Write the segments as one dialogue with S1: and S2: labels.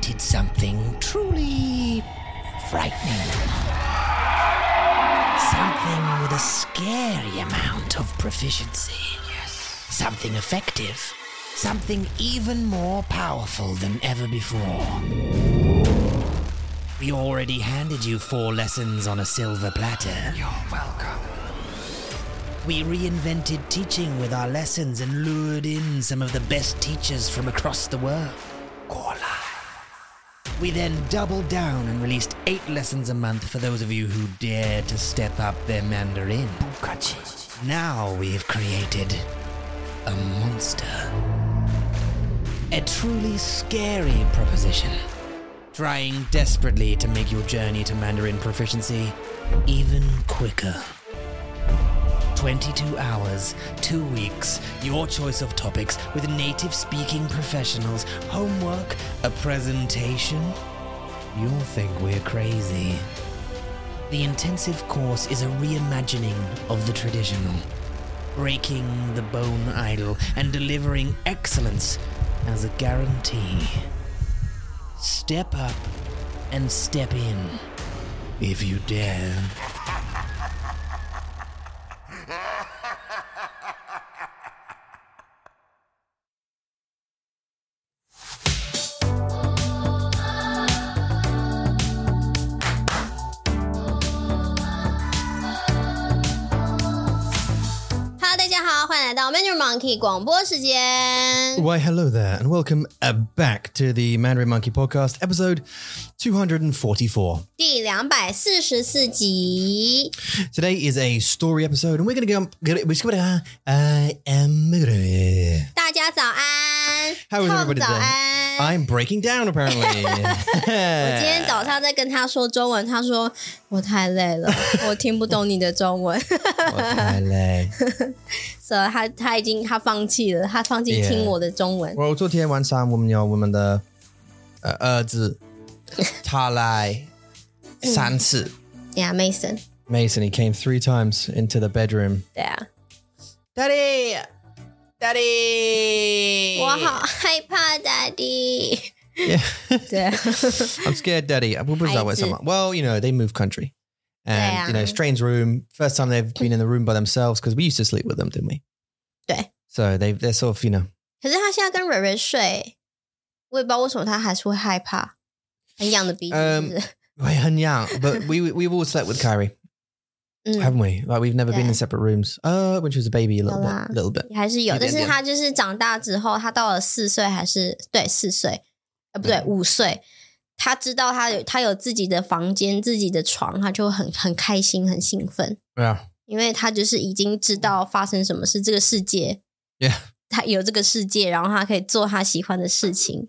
S1: did something truly frightening. Something with a scary amount of proficiency. Yes. Something effective. Something even more powerful than ever before. We already handed you four lessons on a silver platter. You're welcome. We reinvented teaching with our lessons and lured in some of the best teachers from across the world. We then doubled down and released eight lessons a month for those of you who dare to step up their Mandarin. Now we have created a monster. A truly scary proposition. Trying desperately to make your journey to Mandarin proficiency even quicker. 22 hours, two weeks, your choice of topics with native speaking professionals, homework, a presentation. You'll think we're crazy. The intensive course is a reimagining of the traditional, breaking the bone idol and delivering excellence as a guarantee. Step up and step in if you dare.
S2: Hello，大家好，欢迎来到 Manager Monkey 广播时间。
S3: Why, hello there, and welcome uh, back to the Mandarin Monkey Podcast, episode 244.
S2: 第两百四十四集，
S3: Today is a story episode, and we're going to go. We're just going to. I am. How
S2: 大家早安。
S3: is
S2: 臭
S3: everybody
S2: 早
S3: today?
S2: 安。
S3: I'm breaking down, apparently.
S2: 我今天早上在跟他说中文，他说我太累了，我听不懂你的中文， 所以他他已经他放弃了，他放弃
S3: Yeah
S2: 听我的中文。
S3: uh, 我昨天晚上我们有我们的呃儿子，他来三次。Mason,
S2: Yeah, Mason，
S3: he came three times into the bedroom.
S2: 对啊，
S3: Daddy, Daddy.
S2: 我好害怕，Daddy。
S3: Yeah.
S2: 对啊，
S3: I'm scared, Daddy. I was that with
S2: Aids.
S3: someone. Well, you know, they moved country. And,
S2: Yeah.
S3: you know, strange room. First time they've been in the room by themselves because we used to sleep with them, didn't we?
S2: Yeah.
S3: So they, they're sort of, you know,
S2: 可是他现在跟蕊蕊睡，我也不知道为什么他还是会害怕，很痒的鼻子是不是
S3: 很 young. But we, we've all slept with Kyrie,
S2: 嗯，
S3: haven't we? Like, we've never been
S2: Hmm. Yeah.
S3: in separate rooms. Uh, when she was a baby, a little
S2: Yeah.
S3: bit. A little bit.
S2: 还是有，
S3: 一
S2: 但
S3: 点
S2: 是
S3: 点
S2: 他就是长大之后，他到了四岁还是对四岁，呃不
S3: 嗯
S2: 对五岁，他知道他有他有自己的房间、自己的床，他就很很开心、很兴奋，
S3: Yeah.
S2: 因为他就是已经知道发生什么事，这个世界
S3: Yeah.
S2: 他有这个世界，然后他可以做他喜欢的事情。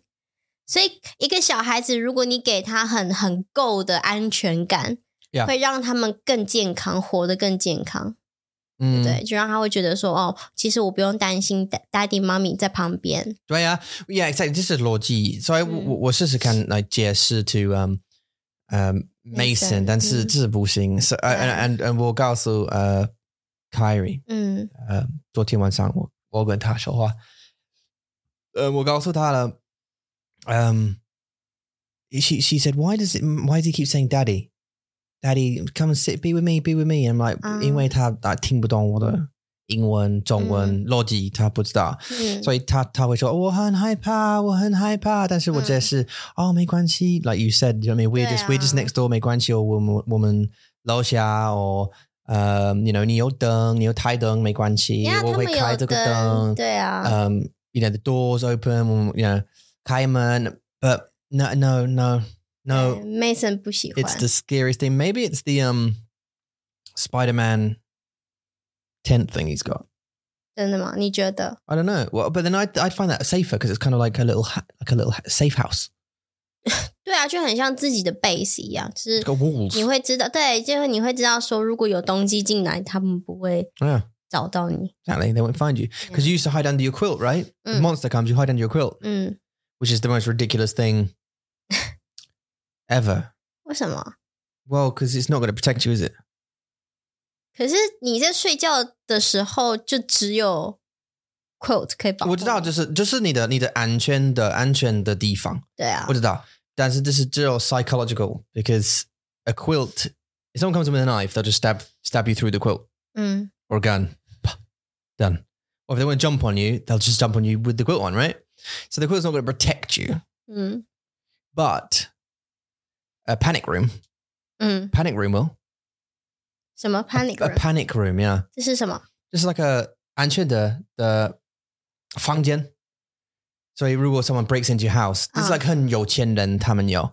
S2: 所以，一个小孩子，如果你给他很很够的安全感
S3: Yeah.
S2: 会让他们更健康，活得更健康。
S3: Mm.
S2: 对，就让他会觉得说，哦，其实我不用担心 da- daddy、mommy 在旁边。
S3: 对啊，yeah, exactly. This is 逻辑，所以我、
S2: 嗯
S3: 我我试试看来解释 to 嗯、嗯
S2: Mason，Hmm.
S3: Mason，但是
S2: 嗯
S3: 这不行。So 呃、and and and 我告诉呃 uh, Kyrie，
S2: 嗯
S3: 呃，昨天晚上我我跟他说话，呃，我告诉他了，嗯、she she said why does it why does he keep saying daddy daddy come and sit be with me be with me I'm like、
S2: 啊
S3: 因为他他听不懂我的英文中文逻辑，他不知道。
S2: 嗯，
S3: 所以他他会说我很害怕，我很害怕，但是我解释、哦没关系，like you said，you know what I mean we're
S2: 对
S3: just、
S2: 啊
S3: we're just next door，没关系，我们我们楼下哦，呃、y o u know 你有灯，你有台灯没关系
S2: 呀，
S3: 我
S2: 他
S3: 会
S2: 们
S3: 开
S2: 有
S3: 这个
S2: 灯，
S3: 灯，
S2: 对啊，
S3: 嗯、y o u know the doors open，我们 you know 开门，but no no no
S2: 对
S3: no，
S2: Mason 不喜欢
S3: 呃 It's the scariest thing. Maybe it's the um Spider Man tent thing he's got.
S2: 真的吗？你觉得？
S3: I don't know. Well, but then I'd, I'd find that safer because it's kind of like a little ha- like a little ha- safe house.
S2: 对啊，就很像自己的 base 一样，就
S3: It's
S2: 是
S3: got walls.
S2: 你会知道，对，就是你会知道说，如果有东西进来，他们不会
S3: Yeah,
S2: 找到你。
S3: exactly. They won't find you because you used to hide under your quilt, right? The
S2: Mm.
S3: monster comes, you hide under your quilt,
S2: 嗯，
S3: which is the most ridiculous thing ever.
S2: 为什么？啊
S3: Well, because it's not going to protect you, is it?
S2: 可是你在睡觉的时候，就只有 quilt 可以保护你。
S3: 我知道，就是就是你的你的安全的安全的地方，
S2: 对啊
S3: 我，知道。但是this is just psychological because a quilt. If someone comes in with a knife, they'll just stab stab you through the quilt
S2: 嗯
S3: or gun. Pah, Done. Or if they want to jump on you, they'll just jump on you with the quilt on, right? So the quilt's not going to protect you,
S2: 嗯
S3: but a panic room,
S2: 嗯，
S3: panic room will
S2: 什么 panic
S3: a
S2: room？
S3: panic room, yeah,
S2: 这是什么？
S3: just like a 安全的的房间。So if someone breaks into your house, this is
S2: Ah.
S3: like 很有钱人他们有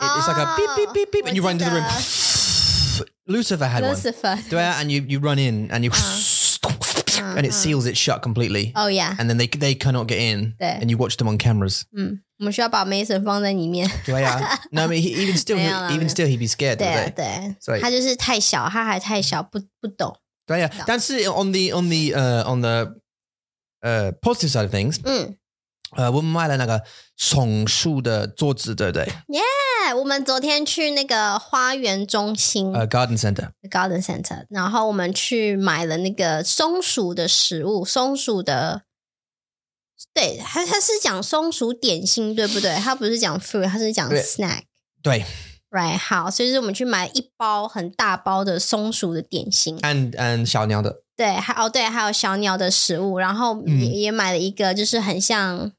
S3: it- it's like a beep beep beep beep, and you run into the room. Lucifer had
S2: Oh,
S3: one. 啊 Do it,
S2: Lucifer。
S3: and you you run in and you
S2: Uh,
S3: and
S2: uh.
S3: it seals it shut completely,
S2: Oh yeah，
S3: and then they they cannot get in,
S2: There.
S3: and you watch them on cameras.
S2: 我们需要把 Mason 放在里面。
S3: Do I? uh, No, I mean he, even still, he,
S2: 没有啦，没有。
S3: even still, he'd be scared.
S2: 对啊，
S3: 对不对？
S2: 对，
S3: 所以
S2: 他就是太小，他还太小，不不懂。
S3: 对啊，
S2: No.
S3: 但是 uh, on the on the 呃、on the 呃、positive side of things，uh,
S2: 嗯，
S3: 呃，我们买了那个松树的桌子，对不对？
S2: 哎，我们昨天去那个花园中心
S3: 呃、g a r d e n Center，
S2: Garden Center，然后我们去买了那个松鼠的食物，松鼠的，对，它它是讲松鼠点心，对不对？它不是讲 food，它是讲
S3: 对
S2: snack。
S3: 对
S2: Right，好，所以是我们去买一包很大包的松鼠的点心，
S3: ，and and 小鸟的，
S2: 对，还哦对，还有小鸟的食物，然后也、
S3: 嗯
S2: 也买了一个，就是很像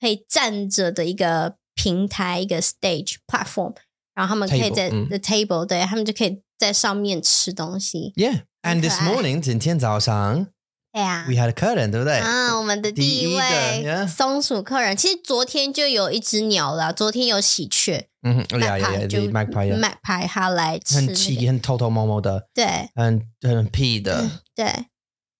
S2: 可以站着的一个平台，一个 stage platform，然后他们可以
S3: Table，
S2: 在
S3: 嗯
S2: the table，对他们就可以在上面吃东西。
S3: ，yeah，and this
S2: 很可爱
S3: morning 今天早上
S2: 对啊
S3: we，had a curtain，对不对？
S2: 啊，我们的
S3: 第
S2: 第
S3: 一的
S2: 位
S3: yeah
S2: 松鼠客人，其实昨天就有一只鸟了，昨天有喜鹊
S3: 嗯哼，呀呀哎呀
S2: ，magpie 就
S3: ，the magpie，yeah
S2: magpie 它来吃那
S3: 很
S2: 个，
S3: 气，很偷偷摸摸的，
S2: 对
S3: 很很屁的
S2: 对，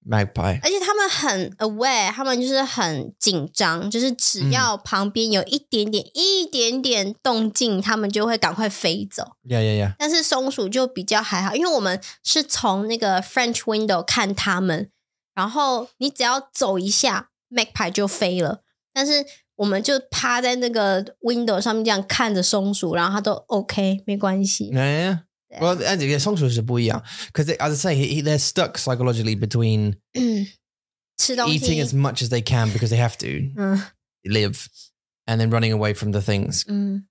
S3: magpie，
S2: 而且他们很 aware，他们就是很紧张，就是只
S3: 嗯
S2: 要旁边有一点点、一点点动静，他们就会赶快飞走。
S3: 呀呀呀，
S2: 但是松鼠就比较还好，因为我们是从那个 French window 看它们，然后你只要走一下，magpie 就飞了。但是我们就趴在那个 window 上面这样看着松鼠，然后它都 OK，没关系。
S3: 呀呀
S2: 对
S3: 呀。嗯 Well, and yeah, songs are 不一样 because, as I say, he, he- they're stuck psychologically between
S2: 吃东
S3: eating
S2: 西
S3: as，much as they can because they have to
S2: 嗯
S3: live and then running away from the things
S2: 嗯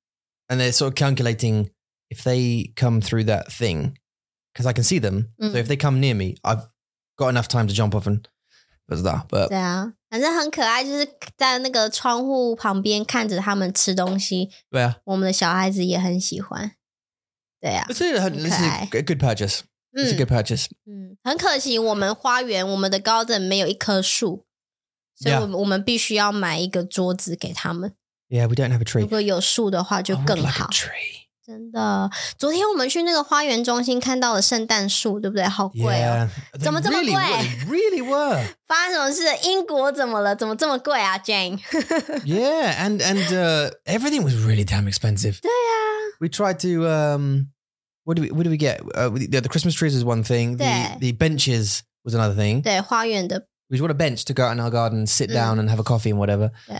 S3: and they're sort of calculating if they come through that thing because i can see them
S2: Mm.
S3: so if they come near me i've got enough time to jump off and but that but
S2: 对啊，反正很可爱，就是在那个窗户旁边看着他们吃东西，
S3: yeah
S2: 我们的小孩子也很喜欢。对啊，
S3: this is, a, this is a
S2: Ah, Okay. Mm.
S3: g- good purchase it's a
S2: 嗯
S3: good purchase
S2: 嗯，很可惜，我们花园我们的 garden 没有一棵树，所以
S3: Yeah
S2: 我们我们必须要买一个桌子给他们。
S3: yeah we don't have a
S2: 如
S3: tree Oh,
S2: 果有树的话，就
S3: I would
S2: 更
S3: like
S2: 好
S3: a。tree
S2: 真的，昨天我们去那个花园中心看到了圣诞树，对不对？好贵哦！
S3: yeah They
S2: 怎么这么
S3: really,
S2: 贵？
S3: were, they really were
S2: 发生什么事？英国怎么了？怎么这么贵啊，Jane？
S3: yeah and and uh, everything was really damn expensive
S2: 对啊，
S3: we tried to um what do we what do we get uh, we- the, the christmas trees was one thing the,
S2: Yeah.
S3: the benches was another thing
S2: 对花园的，
S3: we just want a bench to go out in our garden sit
S2: Mm.
S3: down and have a coffee and whatever
S2: 对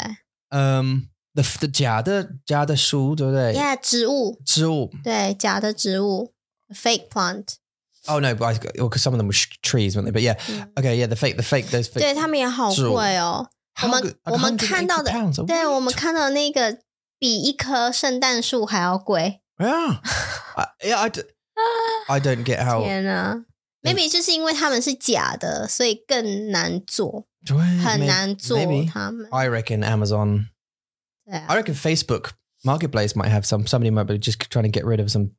S3: um the the 假的假的树对不对
S2: y 植物，
S3: 植物
S2: 对，假的植物，fake plant，
S3: oh no but because some of them were sh- trees weren't they but yeah
S2: 嗯
S3: okay yeah the fake the fake those fake
S2: 对他们也好贵哦。
S3: How
S2: 我们-
S3: good-
S2: 我们看
S3: 180
S2: 到的-
S3: pounds a
S2: 对
S3: week.
S2: 我们看到那个比一棵圣诞树还要贵，
S3: yeah I, yeah I, d- I don't get how
S2: 天哪！maybe 就是因为他们是假的，所以更难做，
S3: Do I-
S2: 很
S3: 嗯 may-
S2: 难做
S3: maybe
S2: 他们。
S3: I reckon Amazon
S2: 对啊
S3: I reckon Facebook Marketplace might have some. Somebody might be just trying to get rid of some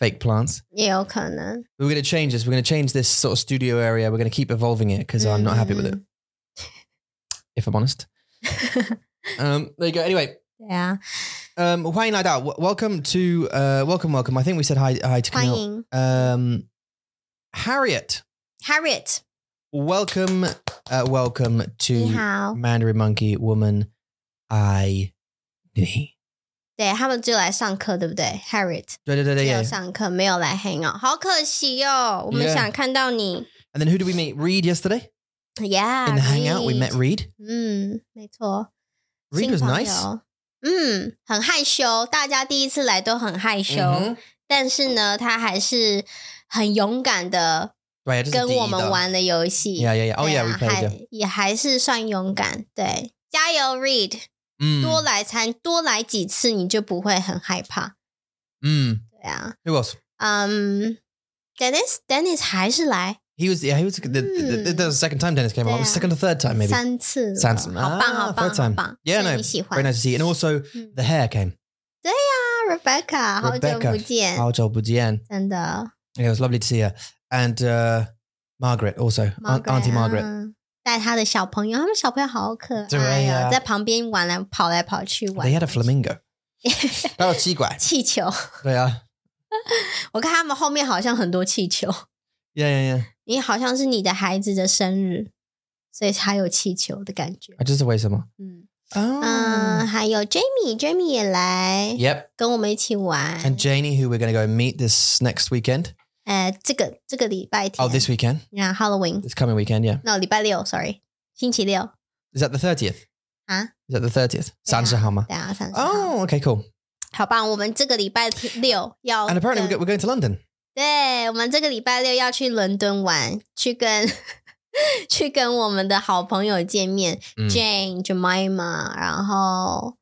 S3: fake plants.
S2: 也有可能。
S3: We're going to change this. We're going to change this sort of studio area. We're going to keep evolving it because I'm not happy with it,
S2: 嗯
S3: if I'm honest. Um, there you go. Anyway,
S2: 对啊，
S3: um, 欢迎来到 w- welcome to uh, welcome, welcome. I think we said hi, hi to
S2: 欢
S3: Camille.
S2: 迎
S3: Um, Harriet,
S2: Harriet，
S3: welcome, uh, welcome
S2: 你
S3: to
S2: 好。
S3: Mandarin Monkey Woman. I.
S2: 对他们就来上课，对不对？Harriet 只有
S3: And
S2: 上课，没有来 hang out，好可惜哦。我们
S3: Yeah
S2: 想看到你。
S3: then who did we meet? Reed yesterday
S2: Yeah，
S3: in the hangout. We
S2: Ah, Reed
S3: met Reed.
S2: 嗯，没错。
S3: Reed
S2: 新
S3: was
S2: 朋
S3: nice.
S2: 友嗯，很害羞，大家第一次来都很害羞，
S3: Mhm.
S2: 但是呢，他还是很勇敢的
S3: Right, this is
S2: 跟我
S3: DE
S2: 们
S3: though.
S2: 玩了游戏。啊
S3: Yeah, yeah, yeah. Oh,
S2: 对
S3: yeah,
S2: 啊
S3: we played. Yeah.
S2: 还也还是算勇敢。对，加油，Reed！
S3: 嗯
S2: 多来参多来几次，你就不会很害怕。
S3: 嗯
S2: 对啊，
S3: who else
S2: 嗯，Dennis Dennis 还是来
S3: he was yeah he was the, the, the, that was the second time Dennis came on
S2: Yeah.
S3: second or third time maybe
S2: 三次了，
S3: Sanson
S2: 好棒好棒
S3: third time
S2: 好棒
S3: yeah
S2: 所以
S3: no
S2: 你喜欢
S3: very nice to see you. and also
S2: 嗯
S3: the hair came
S2: 啊，Rebecca，好久不
S3: Rebecca，
S2: 见，
S3: Ao Joel Budien
S2: 真的
S3: it was lovely to see her and uh, Margaret also Aunt-
S2: uh,
S3: Auntie Margaret
S2: 嗯带他的小朋友，他们小朋友好可爱
S3: 对
S2: 呀、
S3: 呀
S2: 在旁边玩来跑来跑去
S3: they
S2: 玩
S3: had a flamingo Oh, 还有奇 怪
S2: 气球。
S3: 对啊
S2: 我看他们后面好像很多气球，
S3: yeah yeah yeah
S2: 你好像是你的孩子的生日，所以才有气球的感觉。
S3: I just away someone
S2: 嗯嗯、
S3: oh
S2: 还有 Jamie，Jamie 也来
S3: yep
S2: 跟我们一起玩。
S3: and Janie who we're going to go meet this next weekend
S2: 呃，这个这个礼拜天
S3: oh this weekend
S2: 然后 Halloween，
S3: this coming weekend yeah
S2: 那、no, 礼拜六，sorry，星期六，
S3: is that the 30th
S2: 啊？
S3: is that the 30th
S2: 对啊。
S3: Sansa
S2: 对啊，三十号。
S3: oh okay cool
S2: 好棒！我们这个礼拜天六要
S3: and apparently we're,
S2: 跟
S3: go- we're going to London
S2: 对，我们这个礼拜六要去伦敦玩，去跟 去跟我们的好朋友见面、
S3: 嗯
S2: j a n e Jemima，然后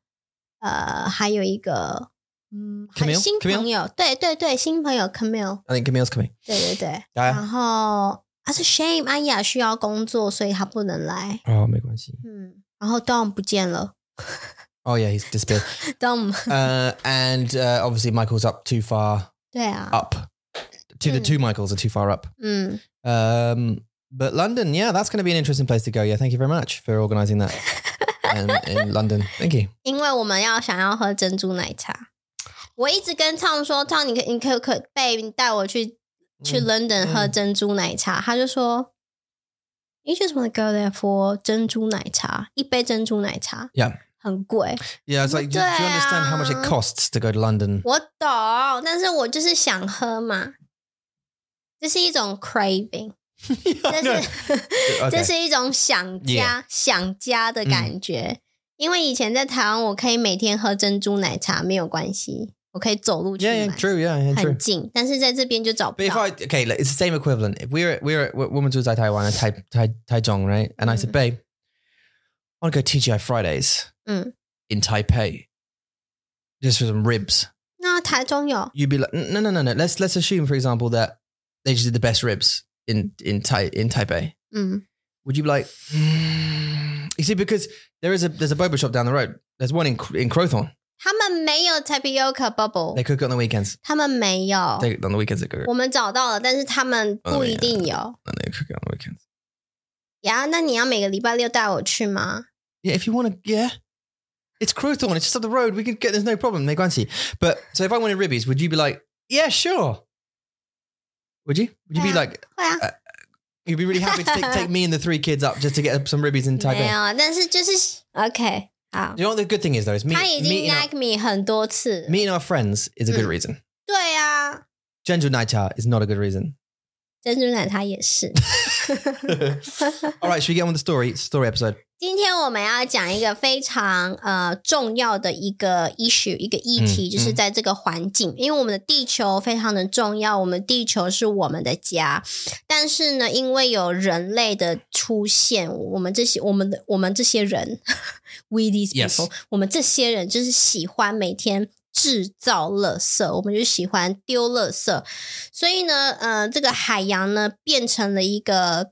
S2: 呃，还有一个嗯，还
S3: Camille？
S2: 新朋友，对对对，新朋友 Camille，
S3: I think Camille's coming
S2: 对对对，
S3: yeah
S2: 然后啊是 Shame，安雅需要工作，所以她不能来，
S3: Oh, 哦没关系
S2: 嗯，然后 Dom 不见了
S3: oh yeah he's disappeared
S2: ，Dom
S3: uh, and uh, obviously Michael's up too far
S2: 对啊，
S3: up. Two, The
S2: Mm.
S3: two Michaels are too far up.
S2: 嗯，
S3: Um, but London, yeah, that's going to be an interesting place to go. Yeah, thank you very much for organising that um, in London. Thank you.
S2: 因为我们要想要喝珍珠奶茶。我一直跟唱说，唱你可你可可贝，你带我去去 London
S3: 嗯
S2: 喝珍珠奶茶。他就说，You just want to go there for 珍珠奶茶，一杯珍珠奶茶
S3: Yeah.
S2: 很贵。
S3: Yeah, it's like, do, do you understand how much it costs to go to London?
S2: 我懂，但是我就是想喝嘛，这是一种 craving，这
S3: No.
S2: 是这
S3: Okay.
S2: 是一种想家
S3: Yeah. 嗯
S2: 想家的感觉。因为以前在台湾，我可以每天喝珍珠奶茶没有关系，我可以走路去
S3: Yeah, yeah,
S2: 买
S3: true. Yeah, yeah,
S2: 很
S3: true.
S2: 近。但是在这边就找不
S3: But if
S2: 到
S3: I。okay, like, it's the same equivalent. If we're at, we're at Women's Woods Taiwan and Tai, tai, Taichung, right? And I said,
S2: Mm.
S3: babe, I want to go TGI Fridays
S2: Mm.
S3: in Taipei, just for some ribs.
S2: 那台中有
S3: you'd be like, no, no, no, no. Let's let's assume, for example, that they just did the best ribs in in Tai in Taipei.
S2: 嗯
S3: Would you be like, "Mm." you see, because there is a there's a boba shop down the road. There's one in in Crowthorne.
S2: 他们没有 tapioca
S3: They
S2: bubble，
S3: cook it on the weekends.
S2: 他们没有。
S3: They on the weekends they cook it.
S2: 我们找到了，但是他们不一定有
S3: And they cook it on the weekends.
S2: 呀。那你要每个礼拜六带我去吗？
S3: Yeah, if you want to, yeah. It's Crowthorne. It's just up the road. We can get. There's no problem. They granty. But so if I wanted ribbies, would you be like, yeah, sure? Would you? Would you be
S2: Yeah.
S3: like, uh,
S2: 会啊，
S3: you'd be really happy to take, take me and the three kids up just to get some ribbies in
S2: 没
S3: Taipei?
S2: 有。啊但是就是 OK，好
S3: You。know what the good thing is though is me,
S2: 他已经
S3: meeting, our,
S2: like me 很多次了，
S3: meeting our friends is a good
S2: Mm.
S3: reason.
S2: 对啊，
S3: Gentle Naita is not a good reason.
S2: 珍珠奶茶也是。
S3: All right, should we get on with the story story episode?
S2: 今天我们要讲一个非常呃重要的一个 issue，一个议题，
S3: 嗯
S2: 就是在这个环境，因为我们的地球非常的重要，我们地球是我们的家，但是呢，因为有人类的出现，我们这些我们的我们这些人，we these
S3: Yes.
S2: people，、我们这些人就是喜欢每天。制造垃圾，我们就喜欢丢垃圾，所以呢，呃，这个海洋呢变成了一个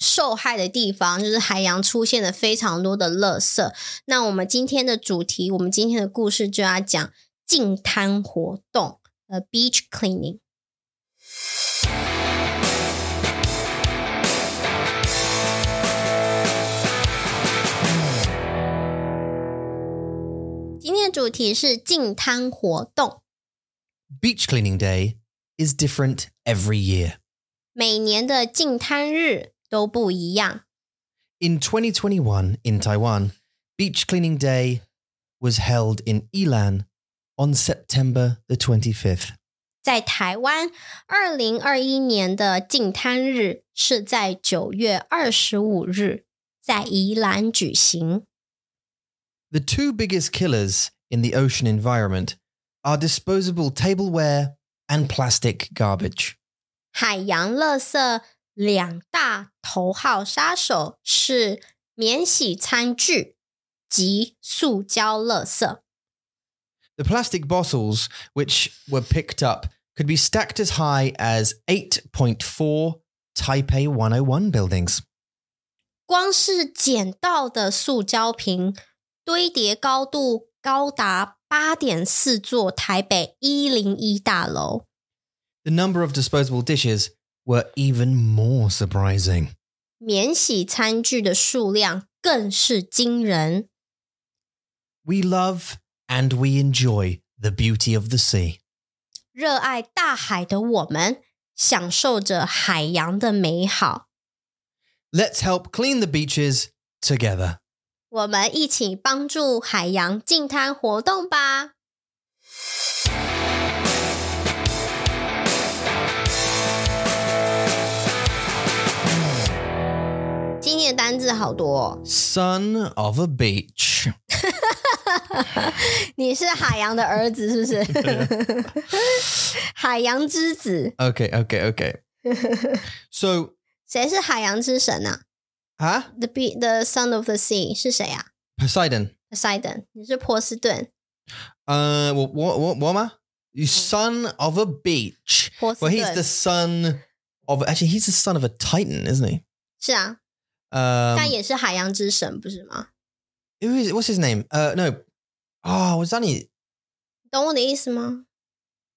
S2: 受害的地方，就是海洋出现了非常多的垃圾。那我们今天的主题，我们今天的故事就要讲净滩活动，呃，beach cleaning。今天的主题是净滩活动，
S3: Beach cleaning day is different every year.
S2: 每年的净滩日都不一样。
S3: In 2021 in Taiwan, beach cleaning day was held in Ilan on September the 25th.
S2: 在台湾，二零二一年的净滩日是在九月二十五日，在宜兰举行。
S3: The two biggest killers in the ocean environment are disposable tableware and plastic garbage.
S2: 海洋垃圾两大头号杀手是免洗餐具及塑胶垃圾。
S3: The plastic bottles, which were picked up, could be stacked as high as 8.4 Taipei 101 buildings.
S2: 光是捡到的塑胶瓶堆叠高度高达八点四座台北一零一大楼。
S3: The number of disposable dishes were even more surprising.
S2: 免洗餐具的数量更是惊人。
S3: We love and we enjoy the beauty of the sea.
S2: 热爱大海的我们，享受着海洋的美好。
S3: Let's help clean the beaches together.
S2: 我们一起帮助海洋净滩活动吧。今天的单字好多、哦，
S3: Son of a beach.
S2: 你是海洋的儿子是不 是？海洋之子，
S3: Okay, okay, okay. so,
S2: 谁是海洋之神啊
S3: huh?
S2: ？The be the son of the sea 是谁啊
S3: Poseidon.
S2: ？Poseidon，你是波士顿，
S3: Uh, what, what, what, You son of a beach.
S2: 波士
S3: Well,
S2: 顿
S3: he's the son of actually he's the son of a titan, isn't he?
S2: 是啊，
S3: Um,
S2: 但也是海洋之神不是吗？
S3: who is what's his name? Uh, no, oh, was that he?
S2: 懂我的意思吗？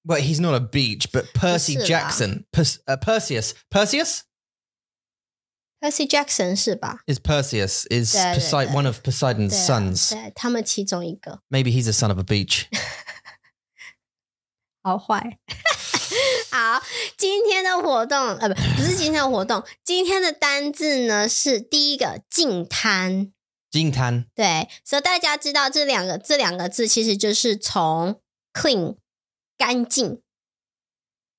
S3: Well, he's not a beach, but Percy
S2: Priscilla.
S3: Jackson, Pers- uh, Perseus, Perseus
S2: Percy Jackson 是吧？
S3: is Perseus is
S2: Yeah, yeah,
S3: Poseid-
S2: yeah.
S3: one of Poseidon's
S2: 对啊、
S3: sons.
S2: 对他们其中一个，
S3: Maybe he's the son of a beach.
S2: 好坏。好，今天的活动呃，不不是今天的活动，今天的单字呢是第一个净滩，
S3: Jing Tan,
S2: 对，所以大家知道这两个这两个字其实就是从 clean 干净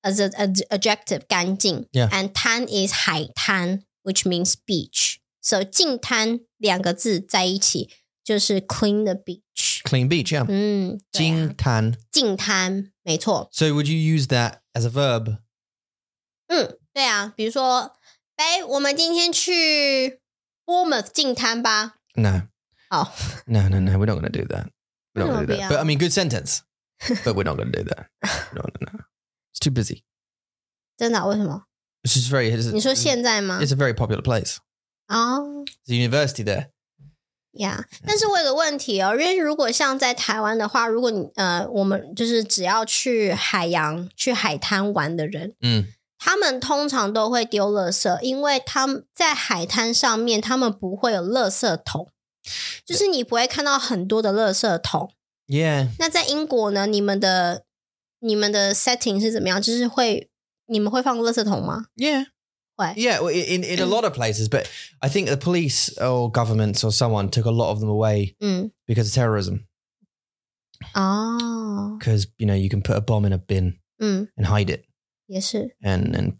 S2: ，as a as a- adjective 干净
S3: Yeah.
S2: and 滩 is 海滩，which means beach。so 净滩两个字在一起就是 clean the beach。
S3: clean beach,
S2: Mm,
S3: yeah.
S2: 嗯，对啊
S3: Jing Tan.
S2: 净滩，没错，
S3: So, would you use that as a verb?
S2: 嗯，对啊，比如说，哎，我们今天去 Bournemouth 净滩吧。
S3: No,
S2: 哦，
S3: no, no, no. We're not going to do that.
S2: Why
S3: We're not going to
S2: not
S3: do that.
S2: be
S3: But I mean, good sentence. but we're not going to do that. No, no, no. It's too busy.
S2: 真的啊、为什么？
S3: It's just very. It's,
S2: 你说现在吗
S3: It's？a very popular place.
S2: 哦，
S3: There's a university there.
S2: 呀，但是我有个问题哦，因为如果像在台湾的话，如果你呃，我们就是只要去海洋、去海滩玩的人，
S3: Mm.
S2: 他们通常都会丢垃圾，因为他们在海滩上面，他们不会有垃圾桶，就是你不会看到很多的垃圾桶。
S3: Yeah.
S2: 那在英国呢？你们的你们的 setting 是怎么样？就是会你们会放垃圾桶吗？
S3: Yeah.
S2: Why?
S3: Yeah. Well, in, in a lot of places, but I think the police or governments or someone took a lot of them away
S2: 嗯，
S3: because of terrorism.
S2: 哦，
S3: Because, you know, you can put a bomb in a bin
S2: 嗯，
S3: and hide it
S2: 也是，
S3: and, and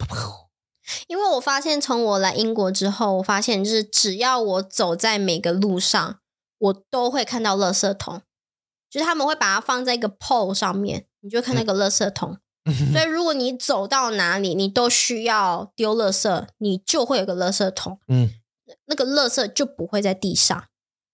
S2: 因为我发现从我来英国之后，我发现就是只要我走在每个路上，我都会看到垃圾桶，就是他们会把它放在一个 pole 上面，你就会看那个垃圾桶。所以如果你走到哪里，你都需要丢垃圾，你就会有个垃圾桶，
S3: 嗯，
S2: 那个垃圾就不会在地上。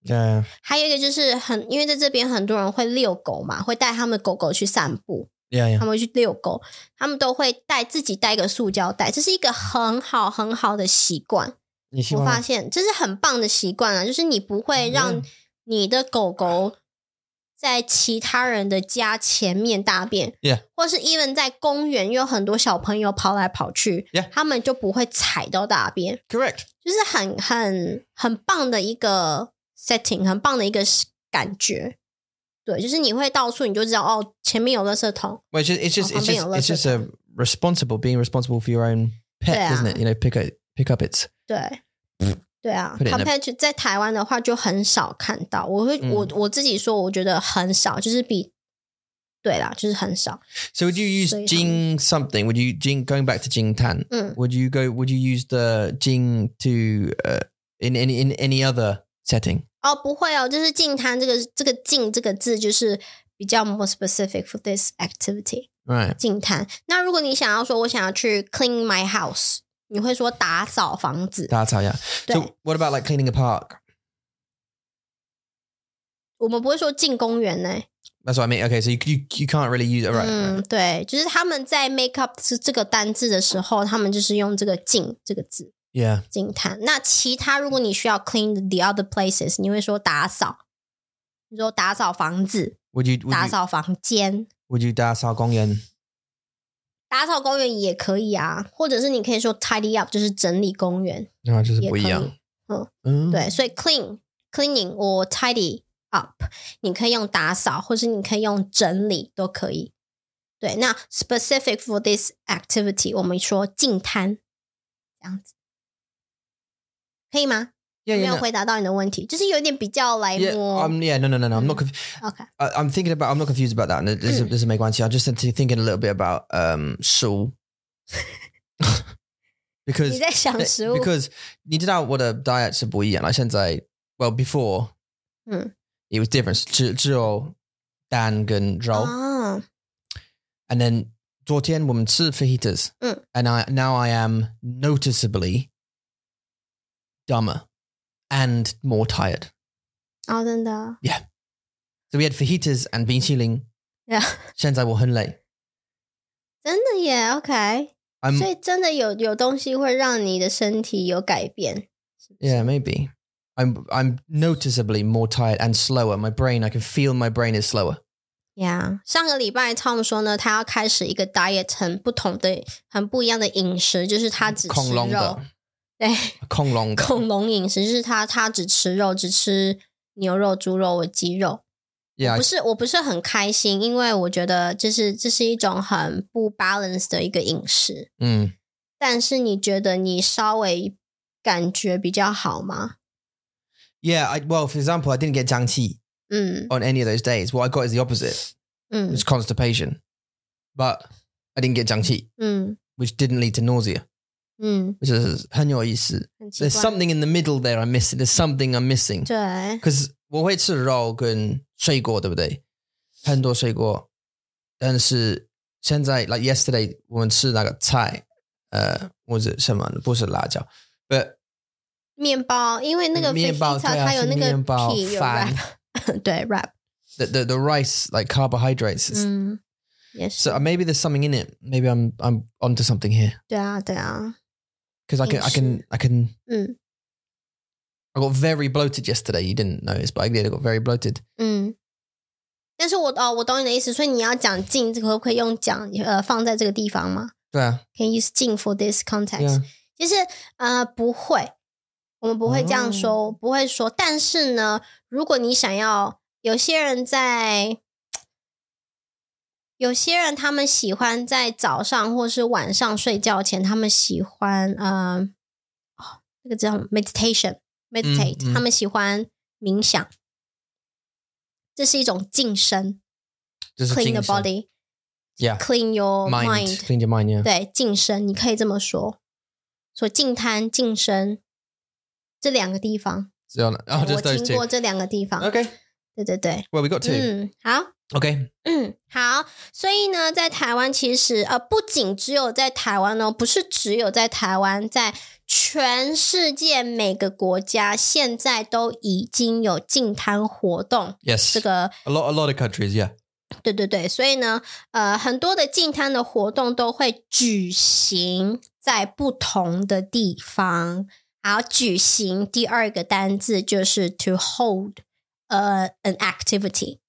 S3: yeah.
S2: 还有一个就是很，因为在这边很多人会遛狗嘛，会带他们狗狗去散步，
S3: Yeah.
S2: 他
S3: Yeah.
S2: 们会去遛狗，他们都会带自己带一个塑胶袋，这是一个很好很好的习惯。
S3: You see
S2: 我
S3: what
S2: 发
S3: I-
S2: 现这是很棒的习惯啊，就是你不会让
S3: Yeah
S2: 你的狗狗在其他人的家前面大便
S3: Yeah
S2: 或是 even 在公园，因为有很多小朋友跑来跑去
S3: Yeah
S2: 他们就不会踩到大便。
S3: Correct.
S2: 就是很很很棒的一个 setting，很棒的一个感觉。对，就是你会到处你就知道哦，前面有垃圾桶。
S3: Well, it's just, it's just,
S2: Oh,
S3: it's
S2: I'm
S3: just,
S2: being
S3: it's just
S2: allergic.
S3: a responsible, being responsible for your own pet,
S2: Yeah.
S3: isn't it? You know, pick up, pick up its.
S2: 对，对啊
S3: Put it in a-
S2: ，compared to 在台湾的话就很少看到。我会、
S3: 嗯
S2: 我我自己说，我觉得很少，就是比对啦，就是很少。
S3: So would you use
S2: So you- Mm.
S3: Jing something? Would you Jing going back to Jing Tan?
S2: 嗯，
S3: Would you go? Would you use the Jing to uh, in any in any other setting?
S2: 哦，不会哦，就是净滩这个这个净这个字就是比较 more specific for this activity。
S3: Right.
S2: 净滩。那如果你想要说我想要去 clean my house，你会说打扫房子。
S3: That's how yeah.
S2: 对
S3: So what about like cleaning a park?
S2: 我们不会说进公园呢、
S3: That's what I mean. Okay, so you you, you can't really use it. Right.
S2: 嗯，对，就是他们在 make up 是这个单字的时候，他们就是用这个进这个字
S3: Yeah.
S2: 惊叹。那其他如果你需要 clean the other places，你会说打扫，你说打扫房子、
S3: Would you would
S2: 打
S3: you,
S2: 扫房间、
S3: would you 打扫公园？
S2: 打扫公园也可以啊，或者是你可以说 tidy up，就是整理公园。
S3: No, 就是
S2: 也可以。
S3: 不一样。
S2: 嗯。
S3: 嗯，
S2: 对，所以 clean cleaning or tidy up，你可以用打扫，或是你可以用整理都可以。对，那 specific for this activity，我们说净滩这样子，可以吗？
S3: Yeah,
S2: 没
S3: yeah,
S2: 有嗯
S3: no.
S2: 回答到你的问题，就是有一点比较来
S3: Yeah,
S2: 摸。
S3: um, yeah, no, no, no, no. I'm not. Conf-
S2: OK，
S3: I, I'm thinking about. I'm not confused about that. No, This
S2: Mm.
S3: doesn't make sense. I'm just thinking a little bit about um 食物
S2: 你
S3: because eh,
S2: 在想食物
S3: because 你知道我的 diet 是不一样了。现在 well before
S2: 嗯。
S3: it was different 只只有蛋跟肉。
S2: 哦
S3: And then 昨天我们吃 fajitas，
S2: 嗯。
S3: and I now I am noticeably dumber and more tired.
S2: 哦，真的
S3: So we had fajitas and bean chilling.
S2: Yeah.
S3: 现在我很累。
S2: 真的耶，OK，
S3: I'm
S2: 所以真的有有东西会让你的身体有改变。
S3: yeah maybe. I'm I'm noticeably more tired and slower. My brain, I can feel my brain is slower.
S2: Yeah，上个礼拜 Tom 说呢，他要开始一个 diet 很不同的、很不一样的饮食，就是他只吃肉，对， 恐龙饮食就是他他只吃肉，只吃牛肉、猪肉和鸡肉。
S3: Yeah,
S2: 不是，我不是很开心，因为我觉得这是这是一种很不 balance 的一个饮食。
S3: I- mm.
S2: 但是你觉得你稍微感觉比较好吗？
S3: yeah. I, well, for example, I didn't get jiangqi
S2: 嗯
S3: on any of those days. What I got is the opposite.
S2: 嗯
S3: It's constipation, but I didn't get jiangqi,
S2: 嗯
S3: which didn't lead to nausea,
S2: 嗯，
S3: which is 很有意思.
S2: 很奇
S3: There's
S2: 怪。
S3: something in the middle there I'm missing. There's something I'm missing.
S2: 对，
S3: 可是我会吃肉跟水果，对不对？很多水果，但是现在，like yesterday，我们吃那个菜，呃，或者什么，不是辣椒，不，
S2: 面包，因为那个
S3: 面包
S2: fajita
S3: 对啊
S2: 它有
S3: 是
S2: 那个
S3: 面包
S2: 皮有
S3: 饭
S2: wrap，对 wrap，
S3: the the the rice like carbohydrates. is-
S2: 嗯，也是
S3: So uh, maybe there's something in it. Maybe I'm I'm onto something here
S2: 对啊，对啊，
S3: because I can I can I can.
S2: Mm.
S3: I got very bloated yesterday. You didn't notice, but I did. I got very bloated.
S2: 嗯。但是我哦，我懂你的意思，所以你要讲进，可不可以用讲呃放在这个地方吗
S3: 对啊，
S2: ？Can you use 进 for this context？、
S3: 对啊，
S2: 其实呃不会，我们不会这
S3: 哦
S2: 样说，不会说。但是呢，如果你想要，有些人在，有些人他们喜欢在早上或是晚上睡觉前，他们喜欢呃，哦，那个叫什么 meditation，meditate，、
S3: 嗯嗯
S2: 他们喜欢冥想，这是一种净身
S3: 就是
S2: ，clean
S3: 精
S2: the
S3: 神
S2: body，clean
S3: Yeah,
S2: your
S3: mind,
S2: mind
S3: clean your mind. Yeah.
S2: 对，净身，你可以这么说。所以净滩、净身这两个地方，
S3: So, oh,
S2: 我
S3: just those
S2: 听
S3: two.
S2: 过啊这两个地方。
S3: Okay.
S2: 对对对，
S3: Well, we got two.
S2: 嗯，好，
S3: Okay.
S2: 嗯，好。所以呢，在台湾其实呃，不仅只有在台湾哦，不是只有在台湾，在全世界每个国家现在都已经有净滩活动。
S3: Yes.
S2: 这个
S3: A lot. A lot of countries. Yeah.
S2: 对对对，所以呢，呃，很多的净滩的活动都会举行在不同的地方。好，举行第二个单字就是 to hold，呃、a n activity。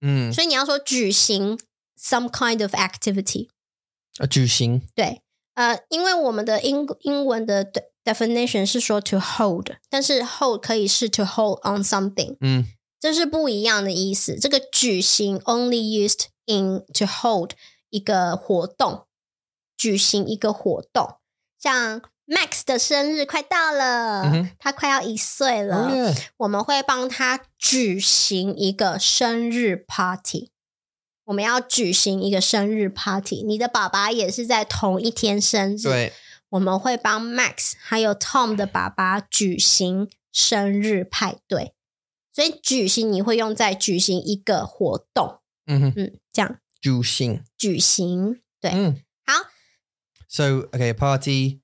S3: Mm.
S2: 所以你要说举行 some kind of activity，
S3: A juicing.
S2: 对，呃，因为我们的英英文的 de- definition 是说 to hold，但是 hold 可以是 to hold on something，
S3: 嗯，
S2: 这是不一样的意思。这个举行 only used in to hold 一个活动，举行一个活动，像 Max 的生日快到了，
S3: 嗯哼
S2: 他快要一岁了
S3: Oh yeah.
S2: 我们会帮他举行一个生日 party。我们要举行一个生日 party，你的爸爸也是在同一天生日，
S3: 对，
S2: 我们会帮 Max 还有 Tom 的爸爸举行生日派对，所以举行你会用在举行一个活动，
S3: 嗯哼，
S2: 嗯，这样
S3: Mm-hmm. juicing.
S2: 举行，对，
S3: Mm.
S2: 好，
S3: So okay, a party.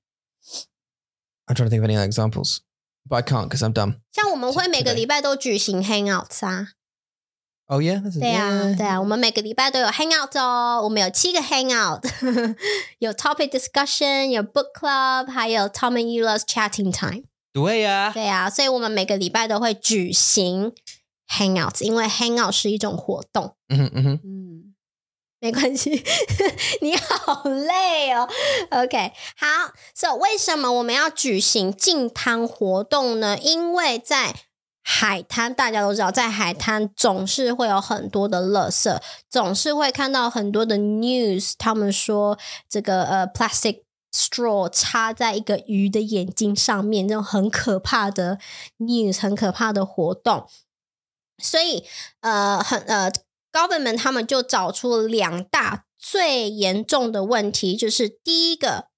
S3: I'm trying to think of any other examples, but I can't because I'm dumb.
S2: 像我们会每个
S3: Today.
S2: 礼拜都举行 hangouts 啊，
S3: Oh yeah, that's a,
S2: 对啊，
S3: yeah.
S2: 对啊，我们每个礼拜都有 hangout 哦，我们有七个 hangout，有 topic discussion，有 book club，还有 Tom and Eula's chatting time。
S3: 对呀、
S2: 对啊，所以我们每个礼拜都会举行 hangout，因为 hangout 是一种活动。
S3: 嗯哼嗯哼，
S2: 嗯，没关系， 你好累哦。OK，好，So 为什么我们要举行进滩活动呢？因为在海滩，大家都知道，在海滩总是会有很多的垃圾，总是会看到很多的 news，他们说这个呃 plastic。straw 插在一个鱼的眼睛上面，那种很可怕的 news，很可怕的活动。所以呃，很呃，government 他们就找出了两大最严重的问题，就是第一个，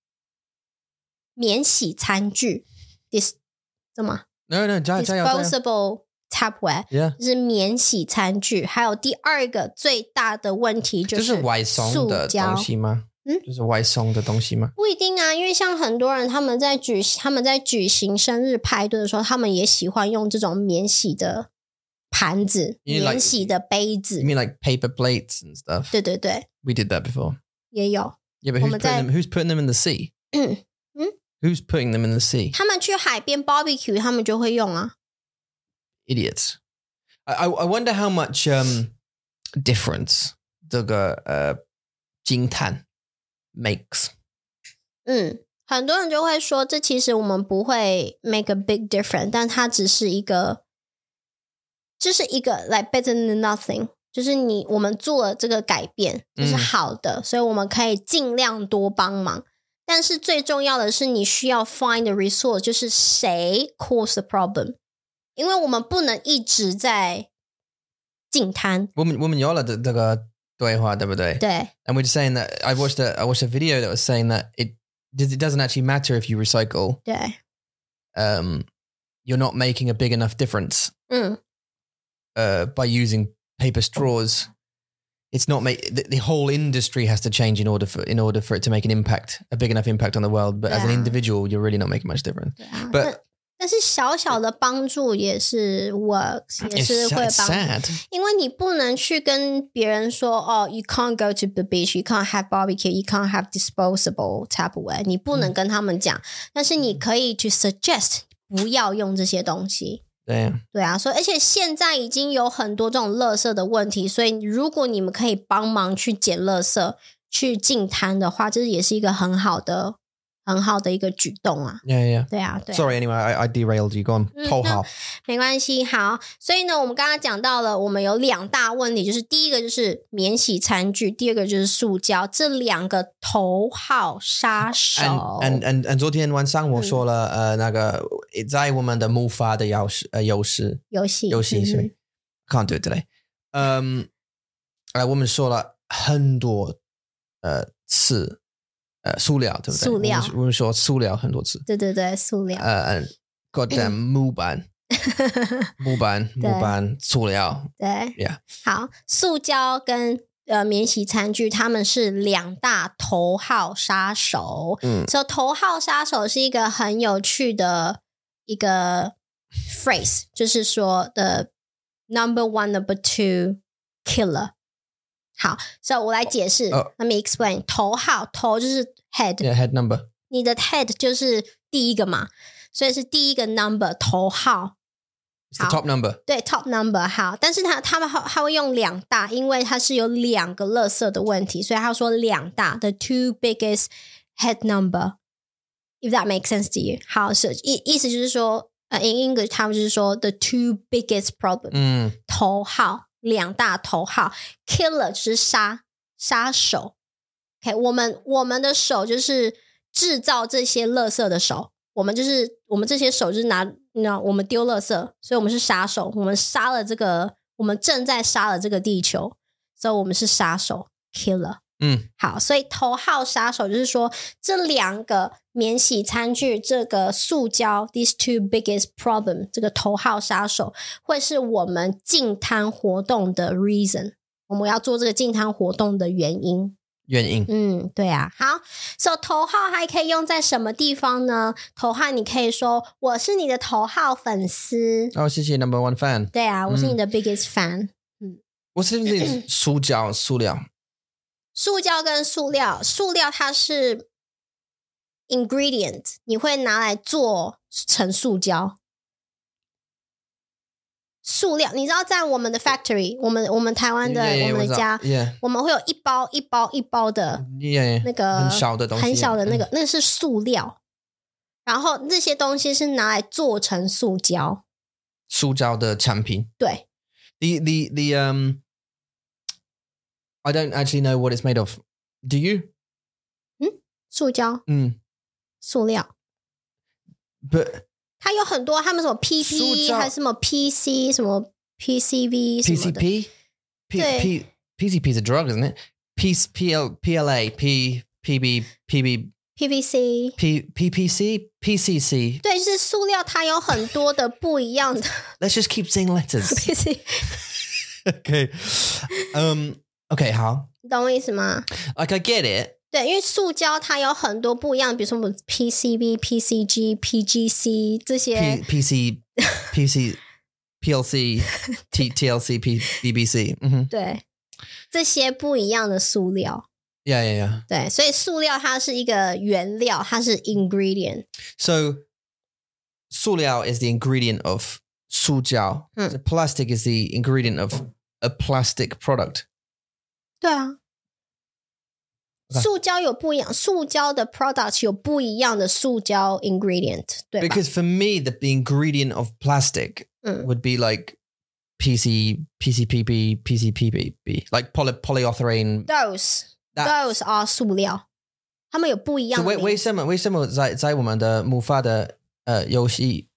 S2: 免洗餐具，dis 怎么
S3: ，no no，加油啊加油加油
S2: disposable tapware，
S3: ，yeah，
S2: 就是免洗餐具。还有第二个最大的问题
S3: 这
S2: 就是
S3: 外送
S2: 塑
S3: 的
S2: 胶
S3: 东西吗？
S2: 嗯，
S3: 就是外送的东西吗？
S2: 不一定啊，因为像很多人他们在举他们在举行生日派对的时候，他们也喜欢用这种免洗的盘子、
S3: You mean like-
S2: 免洗的杯子
S3: You。mean like paper plates and stuff?
S2: 对对对，
S3: We did that before.
S2: 也有。
S3: Yeah, but who's
S2: 我们
S3: putting
S2: 在-
S3: them? Who's putting them in the sea?
S2: 嗯
S3: Who's putting them in the sea?
S2: 他们去海边 barbecue，他们就会用啊。
S3: Idiots. I I I wonder how much um difference 这个呃惊叹 makes.
S2: 嗯，很多人就会说，这其实我们不会 make a big difference，但它只是一个，这是一个 like better than nothing，就是你我们做了这个改变，这是
S3: 嗯
S2: 好的，所以我们可以尽量多帮忙。但是最重要的是，你需要 find the resource，就是谁 cause the problem，因为我们不能一直在净滩，
S3: 我们我们有了这这个对话，对不对？
S2: 对
S3: And we're just saying that I watched a I watched a video that was saying that it does it doesn't actually matter if you recycle.
S2: 对，
S3: Um, you're not making a big enough difference
S2: 嗯。
S3: uh, by using paper straws. It's not make the, the whole industry has to change in order for in order for it to make an impact, a big enough impact on the world. But as an
S2: Yeah.
S3: individual, you're really not making much difference.
S2: 对啊，
S3: But-
S2: 但但是小小的帮助也是 works，也
S3: It's,
S2: 是
S3: sa-
S2: 会
S3: it's
S2: 帮助，
S3: sad.
S2: 因为你不能去跟别人说哦，you can't go to the beach，you can't have barbecue，you can't have disposable Tupperware，你不
S3: 嗯
S2: 能跟他们讲，但是你可以去 suggest 不要用这些东西。
S3: Damn.
S2: 对啊，所以而且现在已经有很多这种垃圾的问题，所以如果你们可以帮忙去捡垃圾、去净滩的话，这也是一个很好的、很好的一个举动啊。
S3: Yeah, yeah.
S2: 对啊，对啊
S3: Sorry. Anyway, I, I derailed you. Go on.
S2: Mm,
S3: Toll
S2: no.
S3: hop.
S2: 没关系，好，所以呢，我们刚刚讲到了，我们有两大问题，就是第一个就是免洗餐具，第二个就是塑胶，这两个头号杀手。
S3: And and and and 昨天晚上
S2: Mm.
S3: 我说了，呃，那个在我们的木筏的优势，呃，优势，
S2: 游戏，
S3: 优势，所
S2: 嗯
S3: 以 can't do it today。嗯，呃，我们说了很多呃次，呃，塑料对不对？
S2: 塑料
S3: 我们我们说塑料很多 次，
S2: 对嗯对对，塑料，
S3: 呃，god damn 木板，木板，木板，塑料，
S2: 对
S3: Yeah
S2: 好，塑胶跟呃免洗餐具，他们是两大头号杀手。
S3: 嗯
S2: 所以头号杀手是一个很有趣的一个 phrase，就是说的 number one, number two killer。好，所以我来解释。
S3: 哦
S2: Let me explain。头号头就是 head，
S3: ，yeah head number，
S2: 你的 head 就是第一个嘛，所以是第一个 number 头号。
S3: it's the
S2: 好
S3: top number，
S2: 对 top number 好，但是他他们他他会用两大，因为它是有两个垃圾的问题，所以他说两大 the two biggest head number。If that makes sense to you，好，是意意思就是说，呃，in English 他们就是说 the two biggest problem，、
S3: 嗯
S2: 头号两大头号，killer 就是杀杀手。OK，我们我们的手就是制造这些垃圾的手，我们就是我们这些手就是拿那我们丢垃圾，所以我们是杀手，我们杀了这个，我们正在杀了这个地球，所以我们是杀手 killer。
S3: 嗯，
S2: 好，所以头号杀手就是说，这两个免洗餐具，这个塑胶，these two biggest problem，这个头号杀手会是我们净滩活动的 reason，我们要做这个净滩活动的原因。
S3: 原因，
S2: 嗯，对啊，好，so, 头号还可以用在什么地方呢？头号你可以说我是你的头号粉丝，
S3: 哦，谢谢 number one fan，
S2: 对啊，我是
S3: 嗯
S2: 你的 biggest fan，、
S3: What's the difference between 塑胶塑料？
S2: 塑胶跟塑料，塑料它是 ingredient，你会拿来做成塑胶。塑料，你知道，在我们的 factory，我们我们台湾的
S3: Yeah, yeah,
S2: 嗯我们
S3: what's
S2: 的
S3: up?
S2: 家，
S3: Yeah,
S2: 我们会有一包一包一包的
S3: yeah, yeah.
S2: 那个
S3: 很小的东西，啊嗯
S2: 很小的那个，那个是塑料。然后那些东西是拿来做成塑胶，
S3: 塑胶的产品。
S2: 对，
S3: The the the um, I don't actually know what it's made of. Do you?
S2: 塑胶、
S3: Mm.
S2: 塑料，
S3: But
S2: 它有很多，他们什么
S3: 塑
S2: PP
S3: 胶
S2: 还是什么 PC 什么 PCV 什么的
S3: PCP, P,
S2: Yeah.
S3: P, PCP is a drug, isn't it? P, PL, PLA, P, PB, PB,
S2: PVC，
S3: P, PPC, PCC.
S2: 对，就是塑料，它有很多的不一样的
S3: Let's just keep saying letters.
S2: PVC，
S3: okay. Um. Okay. How?
S2: 你懂我意思吗？
S3: Like I get it.
S2: 对，因为塑胶它有很多不一样，比如说我们 PCB、PCG、PGC 这
S3: P,
S2: 些，
S3: PC, PC, PLC, T, TLC, P, BBC. hmm
S2: 对，这些不一样的塑料，
S3: Yeah, yeah, yeah.
S2: 对，所以塑料它是一个原料，它是 ingredient，
S3: So, 塑料 is the ingredient of 塑胶.
S2: Hmm.
S3: So plastic is the ingredient of a plastic product.
S2: 对啊。
S3: Okay
S2: 塑胶有不一样，塑胶的 product 有不一样的塑胶 ingredient，对吧？
S3: Because for me, the, the ingredient of plastic
S2: 嗯，
S3: would be like PC, PCPB, PCPB, like poly, polyethylene.
S2: those
S3: that-
S2: those are 塑料，它们有不一
S3: So
S2: 样的
S3: wait,
S2: 名字。
S3: wait, uh, 为什么为什么在在我们的母发的呃游戏，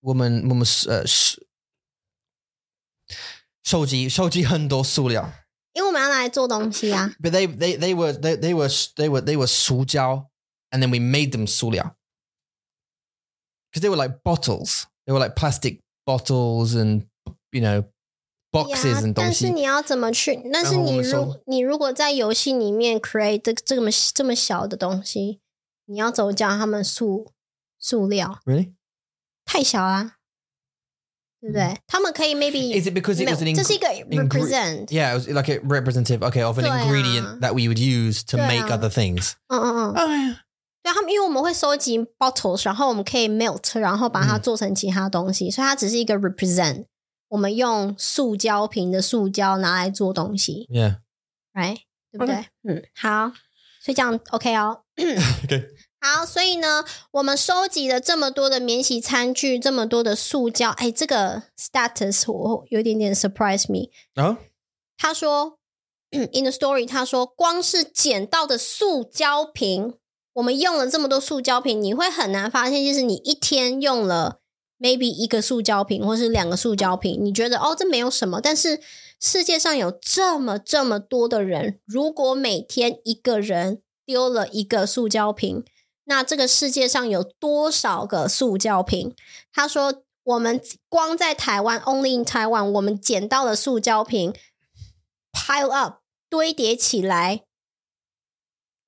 S3: 我们我们呃收集收集收集 uh,
S2: 因为我们要拿来做东西啊。
S3: But they they they were they they were they were they were 塑胶, and then we made them 塑料. Because they were like bottles. They were like plastic bottles and you know boxes
S2: 呀
S3: and
S2: 啊但是
S3: 东西.
S2: 你要怎么去？但是
S3: 然后我
S2: 你
S3: 们
S2: 如
S3: 收
S2: 你如果在游戏里面 create 这这么这么小的东西，你要怎么叫他们塑塑料？
S3: Really?
S2: 太小啦，对不对？他们可以 maybe
S3: Is it because
S2: 没
S3: it
S2: 有
S3: was an
S2: 嗯这是一
S3: ingredient?
S2: 个 represent，
S3: Yeah, it was like a representative, okay, of an
S2: 对啊。
S3: ingredient that we would use to make
S2: 对啊。
S3: other things.
S2: 嗯嗯嗯，
S3: Oh yeah.
S2: 对他们，因为我们会收集 bottles，然后我们可以 melt，然后把它
S3: 嗯
S2: 做成其他东西，所以它只是一个 represent。我们用塑胶瓶的塑胶拿来做东西
S3: Yeah.
S2: ，right？对不对嗯，好，所以这样 OK 哦。
S3: Okay.
S2: 好，所以呢，我们收集了这么多的免洗餐具，这么多的塑胶，哎，这个 status 我有一点点 surprise me。
S3: Oh?
S2: 他说嗯 in the story，他说光是捡到的塑胶瓶，我们用了这么多塑胶瓶，你会很难发现，就是你一天用了 maybe 一个塑胶瓶或是两个塑胶瓶，你觉得哦这没有什么，但是世界上有这么这么多的人，如果每天一个人丢了一个塑胶瓶，那这个世界上有多少个塑胶瓶？他说，我们光在台湾，Only in Taiwan，我们捡到的塑胶瓶 pile up 堆叠起来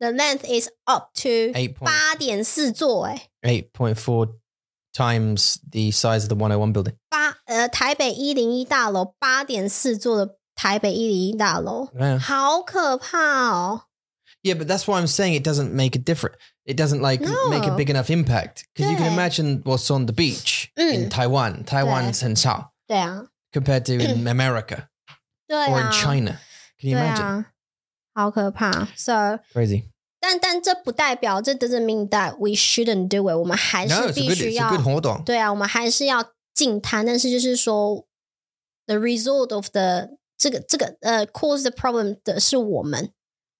S2: ，the length is up to
S3: Eight point
S2: 八点四座、欸，哎，
S3: eight point four times the size of the 101 building.
S2: 八呃台北一零一大楼八点四座的台北一零一大楼，
S3: Yeah.
S2: 好可怕哦！
S3: Yeah, but that's why I'm saying it doesn't make a difference. It doesn't like
S2: No.
S3: make a big enough impact because you can
S2: Yeah.
S3: imagine what's on the beach in
S2: Mm.
S3: Taiwan. Taiwan's and Sao
S2: 对啊，
S3: compared to in America
S2: 对
S3: or in
S2: 啊，
S3: China.
S2: 对
S3: Can you imagine?
S2: 啊，好可怕！So。
S3: Crazy.
S2: 但但这不代表，这 doesn't mean that we shouldn't do it。我们还
S3: No,
S2: 是
S3: it's a
S2: 必
S3: good.
S2: 须
S3: It's a
S2: 要
S3: good hold on.
S2: 对啊，我们还是要净滩。但是就是说，the result of the 这个这个呃 cause the problem 的是我们，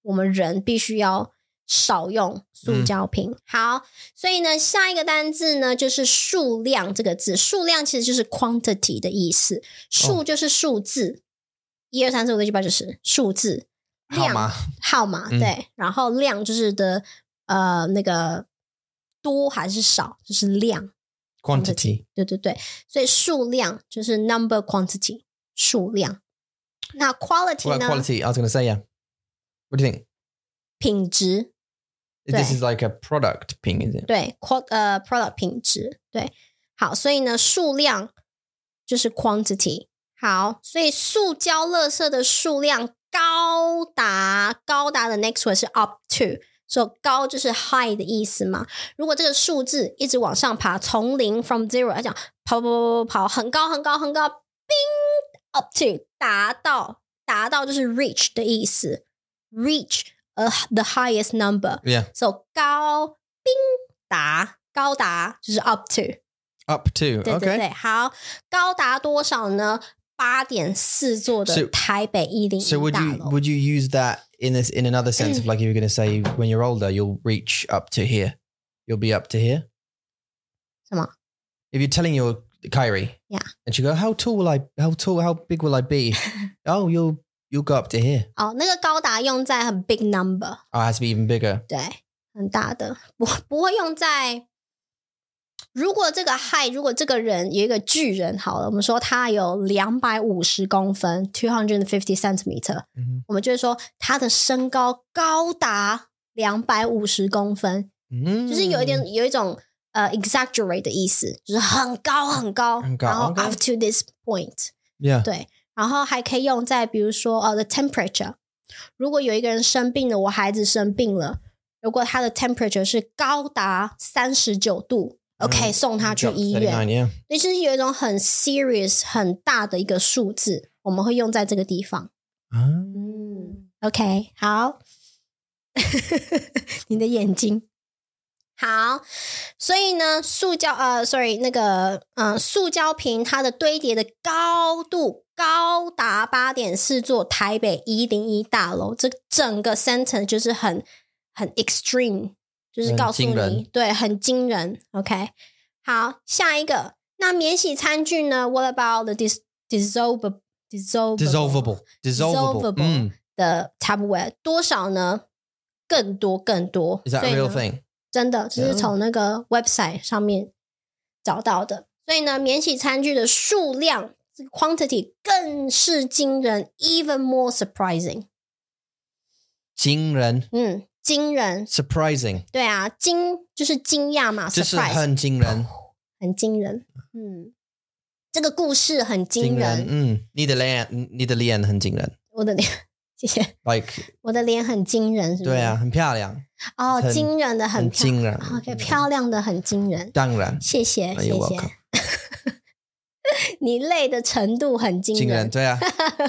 S2: 我们人必须要少用塑胶瓶。好，所以呢，下一个单字呢就是数量这个字，数量其实就是 quantity 的意思，数就是数字，一二三四五六七八九十，数字。
S3: How
S2: 量
S3: ma?
S2: 号码，
S3: 嗯
S2: 对，然后量就是的呃那个多还是少，就是量，
S3: Quantity.
S2: 对对对，所以数量就是 number quantity 数量，那
S3: What
S2: quality 呢
S3: about quality? I was going to say yeah. What do you think?
S2: 品质，
S3: This
S2: Yeah.
S3: is like a product ping, is it?
S2: 对 qual 呃 product 品质，对，好，所以呢数量就是 quantity，好，所以塑胶垃圾的数量高达高达的 next word 是 up to，所、以高就是 high 的意思嘛。如果这个数字一直往上爬，从零 from zero 来讲，跑跑跑跑跑，很高很高很高，bing up to 达到达到就是 reach 的意思，reach a the highest number，
S3: Yeah.
S2: 所、so, 以高 bing 达高达就是 up to。
S3: Up to.
S2: 对对
S3: okay.
S2: 对，好，高达多少呢？八点四座的
S3: So-
S2: 台北一零
S3: So
S2: 一
S3: would
S2: 大
S3: you
S2: 楼。
S3: would you use that in this in another sense of like you were going to say when you're older you'll reach up to here, you'll be up to here.
S2: Come on.
S3: If you're telling your Kyrie,
S2: Yeah.
S3: and she go, how tall will I? How tall? How big will I be? oh, you'll you'll go up to here.
S2: 哦，那个高达用在很 big number，
S3: Oh, it has to be even bigger.
S2: 对，很大的，不不会用在。如果这个 high，如果这个人有一个巨人，好了，我们说他有两百五十公分 （two hundred fifty centimeter），
S3: Mhm.
S2: 我们就会说他的身高高达两百五十公分，就是有一
S3: Mm, 嗯
S2: 点有一种呃 exaggerate 的意思，就是很高很高，
S3: 很高
S2: 然后
S3: OK
S2: up to this point，
S3: Yeah.
S2: 对，然后还可以用在比如说呃 the temperature，如果有一个人生病了，我孩子生病了，如果他的 temperature 是高达三十九度，OK，、
S3: 嗯
S2: 送他去
S3: Jump
S2: 医
S3: 39,
S2: 院，
S3: Yeah.
S2: 对，就是有一种很 serious 很大的一个数字，我们会用在这个地方。
S3: Ah.
S2: 嗯，OK，好， 你的眼睛好，所以呢，塑胶呃，sorry，那个嗯、呃塑胶瓶它的堆叠的高度高达八点四座台北一零一大楼，这整个 sentence 就是很很 extreme，就是
S3: 很
S2: 告诉
S3: 惊
S2: 你
S3: 人，
S2: 对，很惊人。OK，好，下一个，那免洗餐具呢？What about the dis dissolvable dissolvable
S3: Dissolvable. Dissolvable.
S2: Dissolvable.
S3: Mm.
S2: 的 Tupperware 多少呢？更多更多。
S3: Is that
S2: 所
S3: a
S2: 以
S3: real
S2: 呢
S3: thing?
S2: 真的，这是
S3: Yeah
S2: 从那个 website 上面找到的。所以呢，免洗餐具的数量这个 quantity 更是惊人，even more surprising。
S3: 惊人.
S2: 嗯，惊人，
S3: Surprising.
S2: 对啊，惊就是惊讶嘛，surprise
S3: 就是很惊人。
S2: 很惊人。嗯，这个故事很惊
S3: 惊
S2: 人。
S3: 人，嗯，你的脸，你的脸很惊人
S2: 我的脸， 谢谢，
S3: ，like
S2: 我的脸很惊人，是不是？
S3: 对啊，，很漂亮，
S2: 哦，
S3: 很
S2: 惊人的很
S3: 很
S2: 漂亮。
S3: 惊人
S2: OK，漂亮的很惊人。
S3: 当然
S2: 谢谢，
S3: 嗯哎
S2: 谢
S3: ，you're
S2: 谢
S3: welcome。
S2: 你累的程度很惊人，
S3: 惊 人，对啊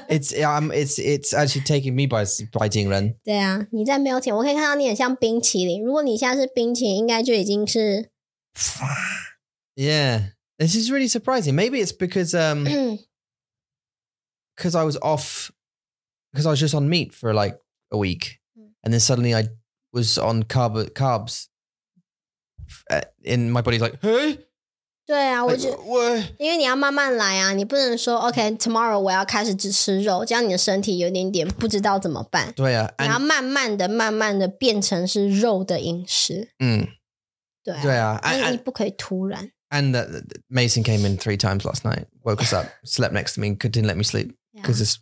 S3: ，it's um it's it's actually taking me by by 惊人，
S2: 对啊，你在 melting，我可以看到你很像冰淇淋。如果你现在是冰淇淋，应该就已经是，
S3: yeah. This is really surprising. Maybe it's because um
S2: 嗯
S3: because I was off because I was just on meat for like a week,
S2: Mm.
S3: and then suddenly I was on carb carbs. Uh, And my body's like, hey,
S2: 对啊，我
S3: like,
S2: 就
S3: what?
S2: 因为你要慢慢来啊，你不能说 OK，tomorrow、我要开始只吃肉，这样你的身体有点点不知道怎么办。
S3: 对啊
S2: 你
S3: ，and
S2: 要慢慢的、慢慢的变成是肉的饮食，
S3: 嗯，
S2: 对啊，
S3: 对啊，and-
S2: 因为你
S3: and
S2: 不可以突然。
S3: And that, that- that Mason came in three times last night, woke us up, slept next to me, could, didn't let me sleep because it's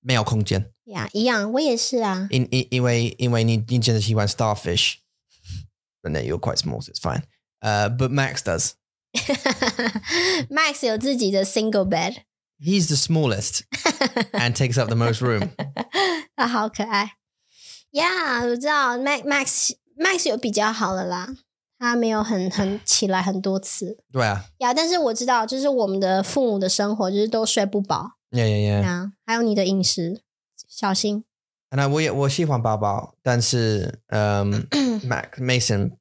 S3: 没有空间.
S2: 啊呀，一样，我也是啊。
S3: In, in, 因为-因为你-你真的喜欢 starfish. But no, you're quite small, so it's fine. Uh, but Max does.
S2: Max 有自己的 single bed，
S3: He's the smallest and takes up the most room.
S2: 他好可爱。Yeah，我知道 Max Max Max 有比较好了啦，他没有很很起来很多次
S3: 对啊。
S2: 呀。Yeah, 但是我知道，就是我们的父母的生活就是都睡不饱
S3: Yeah, yeah, yeah.
S2: 啊，还有你的饮食小心。
S3: And I, 我也-我喜欢宝宝，但是, um, Max, Mason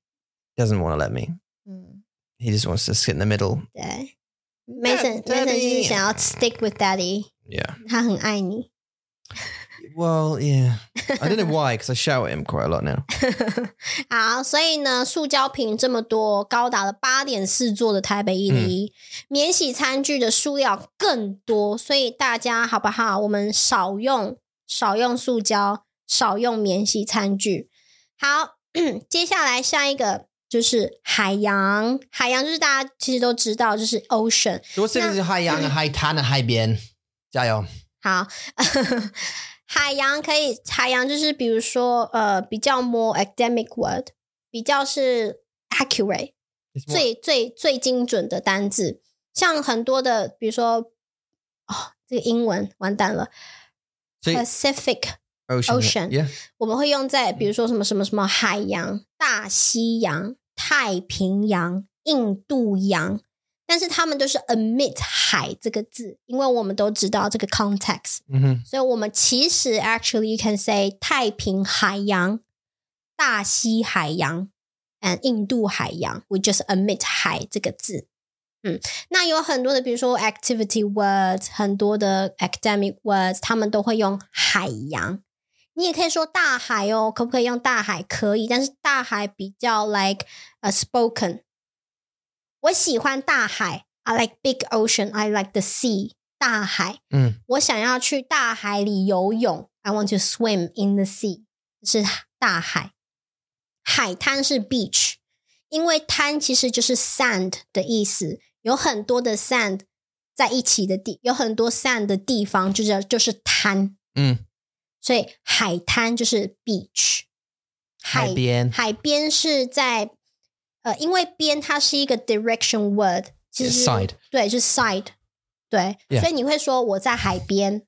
S3: doesn't want to let me.
S2: 嗯，
S3: He just wants to sit in the middle.
S2: 对。Mason Mason
S3: Yeah,
S2: 就是
S3: Daddy
S2: 想要 stick with Daddy，
S3: Yeah.
S2: 他很爱你。
S3: Well, yeah. I don't know why because I shout at him quite a lot now.
S2: 好，所以呢，塑胶瓶这么多，高达了八点四座的台北一零一，免洗餐具的数量更多，所以大家好不好？我们少用少用塑胶，少用免洗餐具。好， 接下来下一个就是海洋，海洋就是大家其实都知道，就是 ocean。
S3: 多吃的是海洋、海滩、海边，加油！
S2: 好， 海洋可以，海洋就是比如说呃，比较 more academic word，比较是 accurate，最最最精准的单字。像很多的，比如说哦，这个英文完蛋了
S3: 所以
S2: ，Pacific
S3: ocean,
S2: Ocean
S3: yeah.
S2: 我们会用在
S3: 嗯
S2: 比如说什么什么什么海洋、大西洋、太平洋、印度洋，但是他们都是 omit 海这个字，因为我们都知道这个 context，
S3: Mhm.
S2: 所以我们其实 actually you can say 太平海洋、大西海洋 and 印度海洋，we just omit 海这个字。嗯，那有很多的，比如说 activity words，很多的 academic words，他们都会用海洋。你也可以说大海哦，可不可以用大海？可以，但是大海比较 like 呃 uh, spoken。我喜欢大海，I like big ocean, I like the sea。大海，
S3: Mm.
S2: 我想要去大海里游泳。I want to swim in the sea，是大海。海滩是 beach，因为滩其实就是 sand 的意思，有很多的 sand 在一起的地，有很多 sand 的地方就是就是滩，
S3: Mm.
S2: 所以海滩就是 beach。海
S3: 边
S2: 海边是在呃，因为边它是一个 direction word，其实
S3: Side
S2: 对，就是 side，对
S3: Yeah
S2: 所以你会说我在海边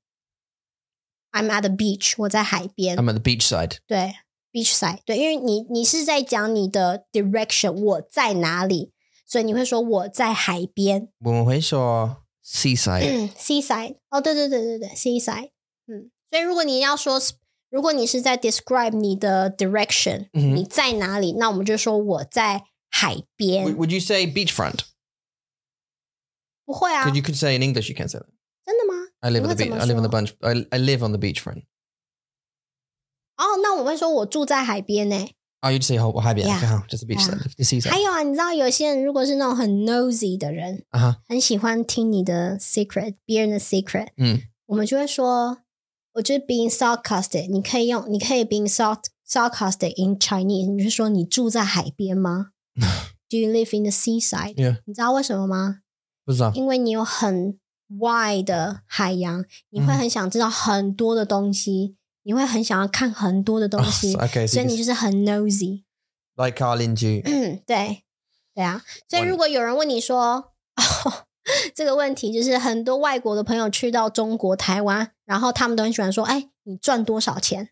S2: ，I'm at the beach，我在海边
S3: I'm at the beach side.
S2: 对，beach side，对，因为你你是在讲你的 direction，我在哪里，所以你会说我在海边
S3: 我们会说 seaside.
S2: seaside，哦，对对对对对，seaside，嗯，所以如果你要说，如果你是在 describe 你的 direction，、
S3: 嗯哼
S2: 你在哪里，那我们就说我在海
S3: Would
S2: 边，
S3: would you say beachfront?
S2: 不会啊
S3: Because you could say in English, you can't say that.
S2: 真的吗？
S3: I live on the beach.
S2: 你会怎么
S3: I live on the bunch. I, I live on the beachfront.
S2: 哦，那我会说我住在海边呢、
S3: Oh, you'd say oh, hi,
S2: Yeah.
S3: yeah. just the beach
S2: Yeah.
S3: side, the seaside.
S2: 还有啊，你知道有些人如果是那种很 nosy 的人，
S3: Uh huh.
S2: 很喜欢听你的 secret，别人的 secret，
S3: 嗯，
S2: 我们就会说，我就是 being sarcastic。你可以用，你可以 being sarc sarcastic in Chinese，你就说你住在海边 吗？Do you live in the seaside？、
S3: Yeah.
S2: 你知道为什么吗？
S3: 不知道。
S2: 因为你有很 wide 的海洋，你会
S3: 嗯
S2: 很想知道很多的东西，你会很想要看很多的东
S3: Oh,
S2: 西
S3: so-
S2: 啊
S3: okay, so
S2: 所以
S3: you
S2: 你
S3: just-
S2: 就是很 nosy。
S3: like our 邻居
S2: 嗯，对，对啊。所以
S3: 完了
S2: 如果有人问你说，哦，这个问题就是很多外国的朋友去到中国台湾，然后他们都很喜欢说，哎，你赚多少钱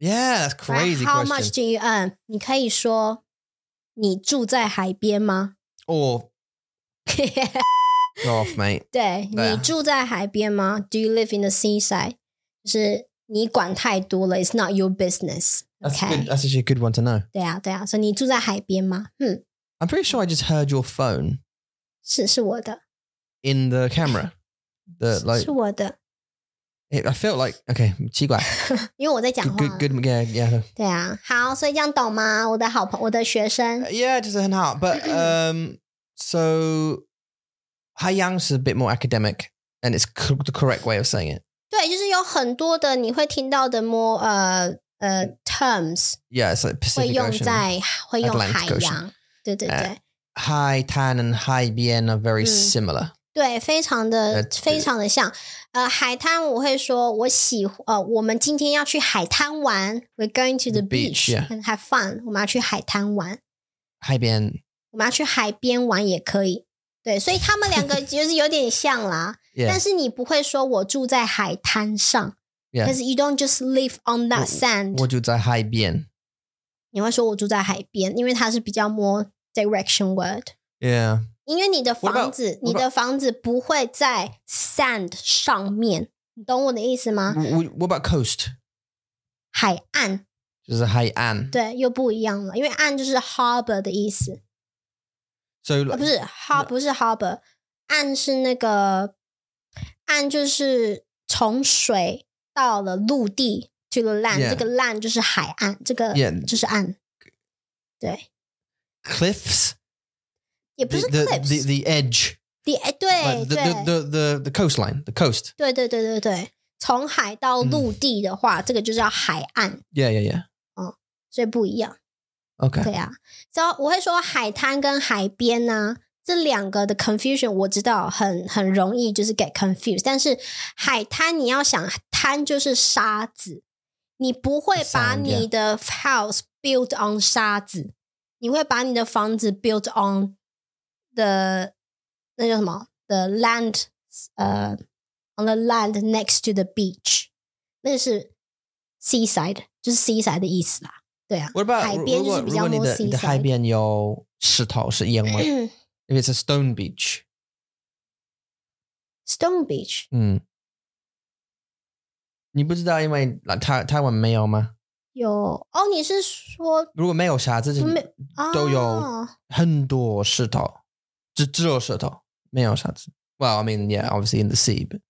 S3: Yeah, that's crazy
S2: Right?？How much
S3: question.
S2: do you earn？你可以说，你住在海边吗？
S3: Or go off, mate.
S2: 对
S3: 对啊
S2: 你住在海边吗？Do you live in the seaside？就是你管太多了，It's not your business。
S3: That's a good.
S2: OK，
S3: That's actually a good one to know.
S2: 对啊，对啊，所以你住在海边吗？嗯，
S3: I'm pretty sure I just heard your phone
S2: 是是我的，
S3: in the camera. The
S2: 是
S3: like,
S2: 是我的，
S3: it, I felt like okay, 奇怪.
S2: 因为我在讲
S3: Good,
S2: 话啊
S3: good, good. Yeah, yeah,
S2: 对啊，好，所以这样懂吗？我的好朋，我的学生
S3: yeah. Just a out. But um, so Haiyang's a bit more academic, and it's co- the correct way of saying it.
S2: 对，就是有很多的你会听到的 more 呃呃 terms
S3: Yeah, it's
S2: 会
S3: like Pacific
S2: 用
S3: Ocean.
S2: 在会用
S3: Atlantic
S2: 海
S3: Ocean
S2: 洋，对对对、
S3: 呃 Hai Tan and Hai Bien are very
S2: Mm.
S3: similar.
S2: 对，非常的
S3: That's
S2: 非常的像。呃，海滩我会说我喜呃，我们今天要去海滩玩，We're going to the
S3: The beach,
S2: beach
S3: yeah.
S2: and have fun。我们要去海滩玩，
S3: Hai Bien.
S2: 我们要去海边玩也可以。对，所以他们两个 就是有点像啦，
S3: Yeah,
S2: 但是你不会说我住在海滩上。
S3: yeah.
S2: Because you don't just live on that
S3: 我
S2: sand，
S3: 我住在海边。
S2: 你会说我住在海边，因为它是比较 more direction word。
S3: Yeah.
S2: 因为你的
S3: What about-
S2: 房子
S3: what，
S2: 你的房子不会在 sand 上面，你懂我的意思吗？
S3: W- w- What about coast?
S2: 海岸
S3: There's a high an.
S2: 对又不一样了，因为岸就是 harbor 的意思，
S3: So
S2: 啊
S3: like,
S2: 不是 har 不是 harbor，岸是那个岸就是从水到了陆地 to the land，
S3: Yeah
S2: 这个 land 就是海岸，这个
S3: Yeah
S2: 就是岸，对，
S3: cliffs.
S2: 也不
S3: The,
S2: 是
S3: the,
S2: cliffs。
S3: the the edge.
S2: 对，哎，对
S3: Like the,
S2: 对
S3: the, the the the coastline. The coast.
S2: 对对对对对，从海到陆地的话，这个就叫海岸，
S3: Yeah, yeah, yeah.
S2: 所以不一样。
S3: Okay.
S2: 对啊，所以我会说海滩跟海边呢、这两个的 confusion 我知道很很容易就是 get confused，但是海滩你要想滩就是沙子，你不会把
S3: Sand，
S2: 你的 house built on 沙子，你会把你的房子 built on the 那叫什么 the land 呃 on the land next to the beach，那个是 seaside，就是 seaside 的意思啦。对啊
S3: What about
S2: 海
S3: 如
S2: 边
S3: 如
S2: 就
S3: 果
S2: 是比
S3: 如
S2: 较
S3: 果你
S2: more
S3: 的你的海
S2: seaside。
S3: 边有石头是一样 吗？If it's a stone beach，
S2: Stone Beach
S3: 嗯，hmm. 你不知道，因为那台台湾没有吗？
S2: 有哦，你是说
S3: 如果没有沙子，就
S2: 没
S3: 都有
S2: 哦
S3: 很多石头，只只有石头，没有沙子。Well, I mean, yeah, obviously in the sea, but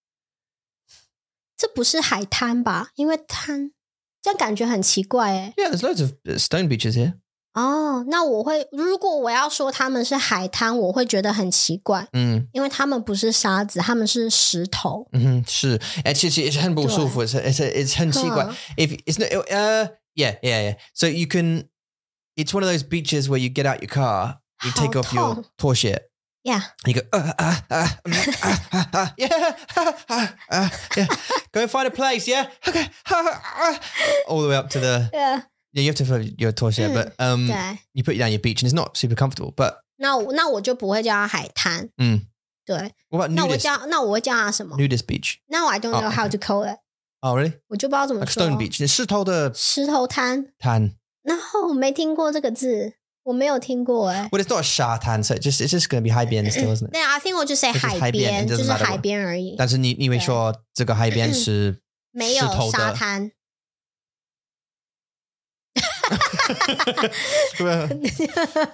S2: 这不是海滩吧？因为滩这样感觉很奇怪哎。
S3: yeah, there's loads of uh, stone beaches here.
S2: 哦，那我会如果我要说他们是海滩，我会觉得很奇怪，
S3: 嗯
S2: 因为他们不是沙子，他们是石头。
S3: 嗯哼，Mm-hmm. 是，哎，其实也是很不舒服，是，是，是很奇怪
S2: 嗯。
S3: If it's not, uh, yeah, yeah, yeah. So you can, it's one of those beaches where you get out your car, you take
S2: 好
S3: off your
S2: 痛
S3: 拖鞋，
S2: Yeah，
S3: You go, uh, uh, uh, mm, uh, uh, uh, yeah, uh, uh, uh, yeah. Go and find a place, yeah? Okay. uh, uh, All the way up to the.
S2: 呃，
S3: Yeah, you have to fill your tour share, but
S2: Mm,
S3: um,
S2: 对，
S3: you put you down your beach and it's not super comfortable. But
S2: 那我那我就不会叫它海滩。
S3: 嗯，
S2: 对，
S3: what about
S2: 那我
S3: nudist?
S2: 叫那我会叫它什么？
S3: Nudist beach.
S2: 那我 I don't
S3: 哦
S2: know how to call it，
S3: Oh, really?
S2: 我就不知道怎么
S3: Like
S2: 说
S3: stone。beach. 石头的
S2: 石头滩，
S3: tan.
S2: 然后我没听过这个字，我没有听过哎。
S3: Well, it's not a sha tan, so it just it's just going to be high bien still, isn't it?
S2: 对啊，I think 我就 say
S3: 就是海
S2: 海边，
S3: 边 it doesn't
S2: 就是
S3: matter
S2: 海
S3: what
S2: 边而已，
S3: 但是你你会说这个 high bien 是
S2: 没有
S3: 石头的
S2: 沙滩。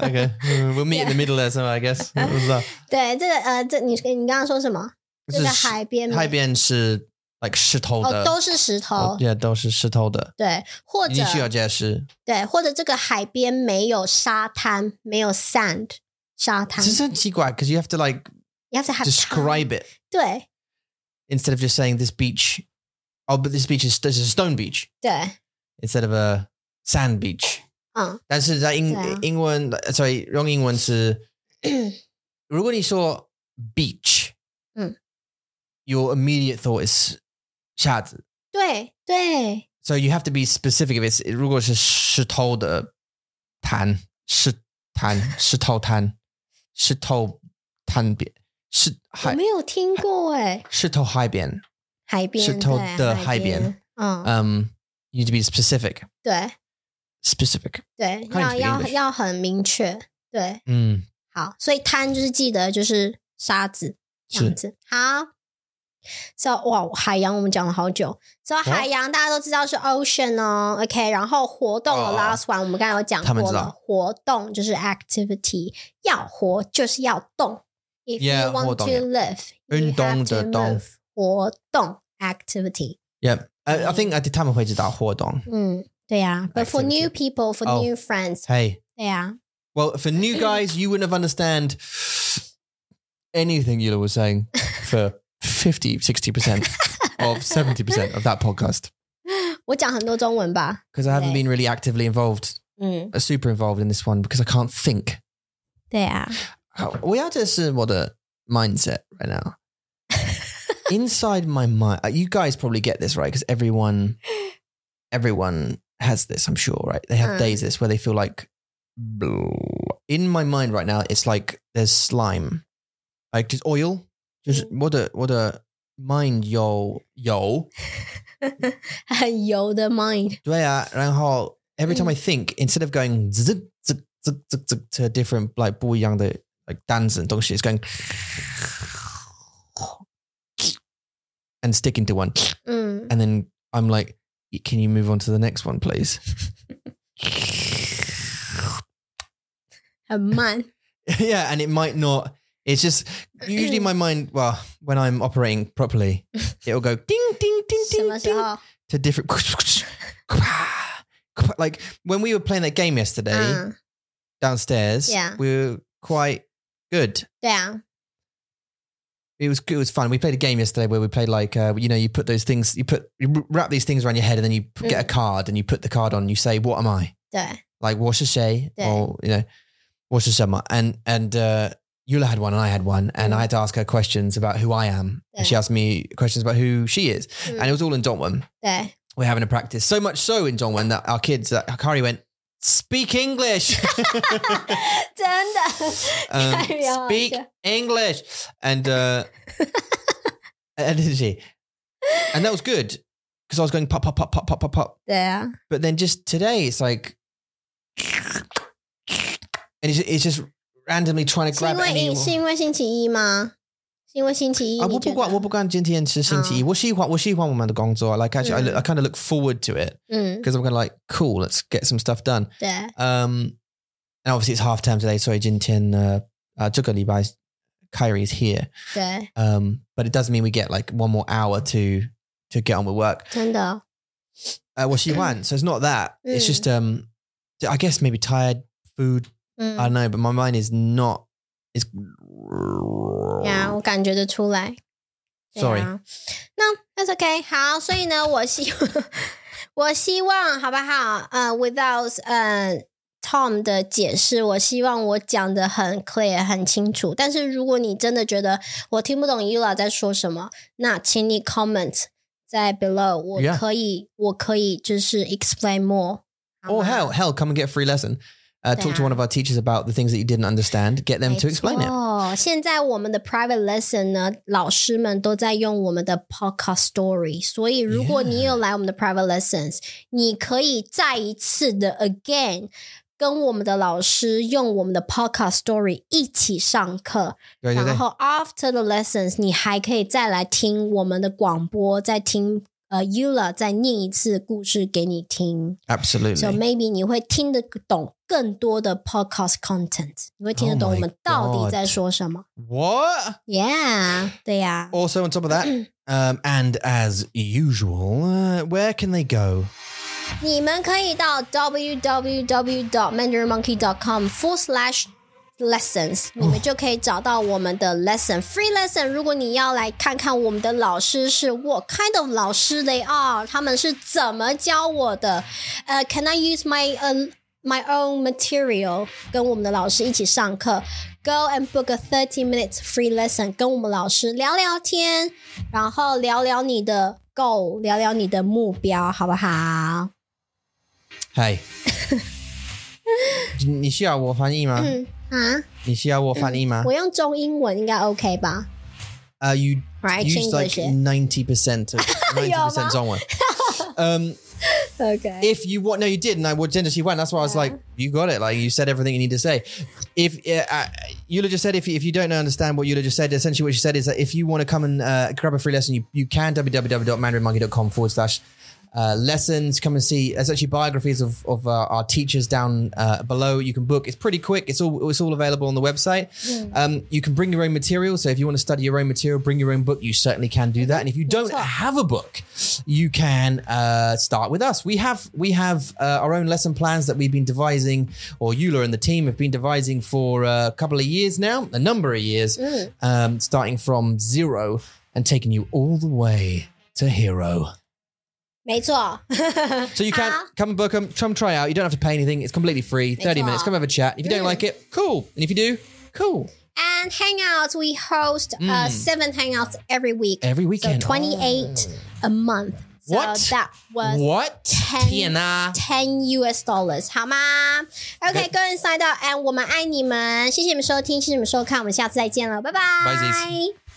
S3: Okay, we'll meet in the middle there somewhere, I guess. 我不知道。
S2: 对，这个呃，这你你刚刚说什么？这个
S3: 是
S2: 海边没
S3: 海边是 like Oh, 石头的，
S2: 哦，都是石头，
S3: 也都是石头的，
S2: 对，或者
S3: 你啊需要解释。
S2: 对，或者这个海边没有沙滩，没有 sand 沙滩
S3: 这是很奇怪，because you have to like
S2: ，you have to have time
S3: describe it
S2: 对
S3: instead of just saying this beach. Oh, but this beach is this is a stone beach
S2: 对，
S3: instead of a sand beach.
S2: 嗯，
S3: 但是在英、
S2: 对啊
S3: 英文，sorry，用英 文是，如果你说 beach，
S2: 嗯
S3: ，your immediate thought is 沙子。
S2: 对对
S3: So you have to be specific. If it's 如果是石头的滩，石 滩、石头滩、石头滩边、石
S2: 我
S3: 海、
S2: 没有听过哎，
S3: 石头海边，
S2: 海边
S3: 石头
S2: 对
S3: 的海
S2: 海
S3: 边，
S2: 嗯，
S3: 嗯、y o u um, need to be specific.
S2: 对
S3: Specific.
S2: 对，
S3: Can't
S2: 要
S3: speak
S2: 要
S3: English
S2: 要很明确，对，
S3: 嗯，
S2: 好，所以滩就是记得就是沙子这样
S3: 是
S2: 子。好，so 哇，海洋我们讲了好久。so
S3: 哦
S2: 海洋大家都知道是 ocean 哦，OK。然后活动的
S3: 哦
S2: last one 我们刚才有讲
S3: 他们
S2: 过
S3: 知
S2: 了
S3: 道，
S2: 活动就是 activity，要活就是要动。If you
S3: Yeah，
S2: want
S3: 活动
S2: to
S3: 耶
S2: live，
S3: 运动的动，
S2: 活动 activity。
S3: Yep. I, I think I did 他们会知道活动。
S2: 嗯，对呀。But for new people，for
S3: 哦
S2: new friends，
S3: Hey,
S2: 对啊呀。
S3: well, for new guys, you wouldn't have understand anything Yula was saying for 50, 60% of 70% of that podcast.
S2: 我讲很多中文吧。
S3: Because I haven't
S2: Yeah.
S3: been really actively involved
S2: 嗯，
S3: uh, super involved in this one because I can't think.
S2: 对啊呀。
S3: We had this uh, what a mindset right now. Inside my mind, uh, you guys probably get this right because everyone, everyone has this. I'm sure, right? They have
S2: Mm.
S3: days this where they feel like. In my mind right now, it's like there's slime, like just oil. Just what a what a mind yo yo.
S2: 很油的 mind。
S3: 对啊，然后 every time I think, instead of going zzz, zzz, zzz, zzz, zzz to a different like 不一样的 like 单词东西 it's going and sticking to one,
S2: 嗯
S3: and then I'm like, can you move on to the next one, please?
S2: 很慢。
S3: yeah, and it might not. It's just usually my mind. Well, when I'm operating properly, it'll go ding ding ding
S2: 什
S3: ding
S2: 么
S3: ding
S2: 时候？
S3: to different. Like when we were playing that game yesterday.
S2: 嗯，
S3: downstairs.
S2: Uh. Yeah.
S3: We were quite good.
S2: 对啊，
S3: It was it was fun. We played a game yesterday where we played like uh, you know you put those things you put you wrap these things around your head and then you p-
S2: Mm.
S3: get a card and you put the card on. And you say what am I
S2: 对
S3: like? What's a say
S2: Yeah.
S3: or you know what's a summer? And and uh, Yula had one and I had one and I had to ask her questions about who I
S2: Mm. Yeah.
S3: am
S2: Mm.
S3: and she asked me questions about who she is and it was all in Dongwon.
S2: 对，
S3: We're having a practice so much so in Dongwon that our kids uh, Kari went speak English.
S2: 真的
S3: um,
S2: 太妙了
S3: speak English. And uh, And did she? And that was good because I was going pop, pop, pop, pop, pop, pop, pop.
S2: 对啊，
S3: But then just today, it's like, and it's, it's just randomly trying
S2: 是
S3: to grab
S2: 因
S3: at
S2: 为
S3: any. Uh,
S2: 是因为星期一吗？是因为星期一？
S3: I
S2: 你
S3: 啊
S2: 觉
S3: 我不
S2: 得
S3: 管我不管今天是星期一，我喜欢我喜欢我们的工作。Like actually, I look- I kind of look forward to it
S2: 嗯，
S3: because I'm going to like cool. Let's get some stuff done.
S2: 对，
S3: Um, and obviously it's half term today, so Jintin uh, uh, took a leave. Kyrie is here.
S2: 对，
S3: Um, but it does mean we get like one more hour to to get on with work.
S2: 真的，哦
S3: Uh, well, she won, so it's not that. It's
S2: Mm.
S3: just um, I guess maybe tired food. I
S2: 嗯，
S3: don't know, but my mind is not. Is yeah.
S2: 呀，啊我感觉得出来。对
S3: Sorry.
S2: 啊，那、that's okay。好，所以呢，我希我希望好不好？呃、w i t h o u t 呃、Tom 的解释，我希望我讲的很 clear 很清楚。但是如果你真的觉得我听不懂 Yula 在说什么，那请你 comment 在 below，我
S3: Yeah.
S2: 可以我可以就是 explain more 好吗。
S3: Or Oh, hell, hell, come and get a free lesson. Uh, talk to one of our teachers about the things that you didn't understand. Get them to explain it.
S2: 哦，现在我们的 private lesson 呢，老师们都在用我们的 podcast story，所以如果
S3: Yeah
S2: 你有来我们的 private lessons，你可以再一次的 again 跟我们的老师用我们的 podcast story 一起上课，
S3: 对对
S2: 然
S3: 对，
S2: 后 after the lessons，你还可以再来听我们的广播，再听呃 Yula 再念一次故事给你听。So
S3: absolutely.
S2: maybe 你会听得懂更多的 podcast content，你会听得
S3: Oh
S2: 懂
S3: my
S2: 我们到底
S3: God
S2: 在说什么。
S3: What?
S2: Yeah，对呀、
S3: Also, on top of that, um, and as usual, uh, where can they go?
S2: 你们可以到 www.mandarinmonkey.com full slash lessons，你们就可以找到我们的 lesson free lesson。如果你要来看看我们的老师是 what kind of 老师 they are，他们是怎么教我的。呃、c a n I use my 呃、my own material？跟我们的老师一起上课。Go and book a thirty minutes free lesson，跟我们老师聊聊天，然后聊聊你的 goal，聊聊你的目标，好不好？
S3: Hey. 你需要我翻译吗？
S2: 嗯啊，
S3: 你需要我翻译吗？
S2: 我用中英文应该 OK 吧
S3: 呃、uh,，you
S2: ？Right，
S3: Uh, used like
S2: English it.
S3: ninety percent of ninety
S2: 有
S3: percent
S2: 吗
S3: 中文。um,
S2: OK。
S3: if you want, no, you did, and I would tend to see one. That's why I was like, you got it. Like you said everything you need to say. If uh, uh, Eula just said, if you, if you don't understand what Eula just said, essentially what she said is that if you want to come and uh, grab a free lesson, you you can www.mandarinmonkey.com forward slash. Uh, lessons come and see there's actually biographies of, of uh, our teachers down uh, below you can book it's pretty quick it's all it's all available on the website um, you can bring your own material so if you want to study your own material bring your own book you certainly can do that and if you don't
S2: That's right.
S3: have a book you can uh, start with us we have we have uh, our own lesson plans that we've been devising or Eula and the team have been devising for a couple of years now a number of years um, starting from zero and taking you all the way to hero
S2: 没错，
S3: so you can
S2: Ah.
S3: come and book them, come try out. You don't have to pay anything. It's completely free. Thirty
S2: all.
S3: minutes. Come have a chat. If you don't
S2: Mm.
S3: like it, cool. And if you do, cool.
S2: And hangouts, we host uh,
S3: Mm.
S2: seven hangouts every week.
S3: Every
S2: so
S3: weekend.
S2: 28 a month. So
S3: What?
S2: that
S3: Oh.
S2: was
S3: What?
S2: 10
S3: Tiana.
S2: 10 US dollars，好吗？OK，
S3: Good
S2: 个人赛道，and 我们爱你们，谢谢你们收听，谢谢你们收看，我们下次再见了，拜拜。
S3: Bye, Ziz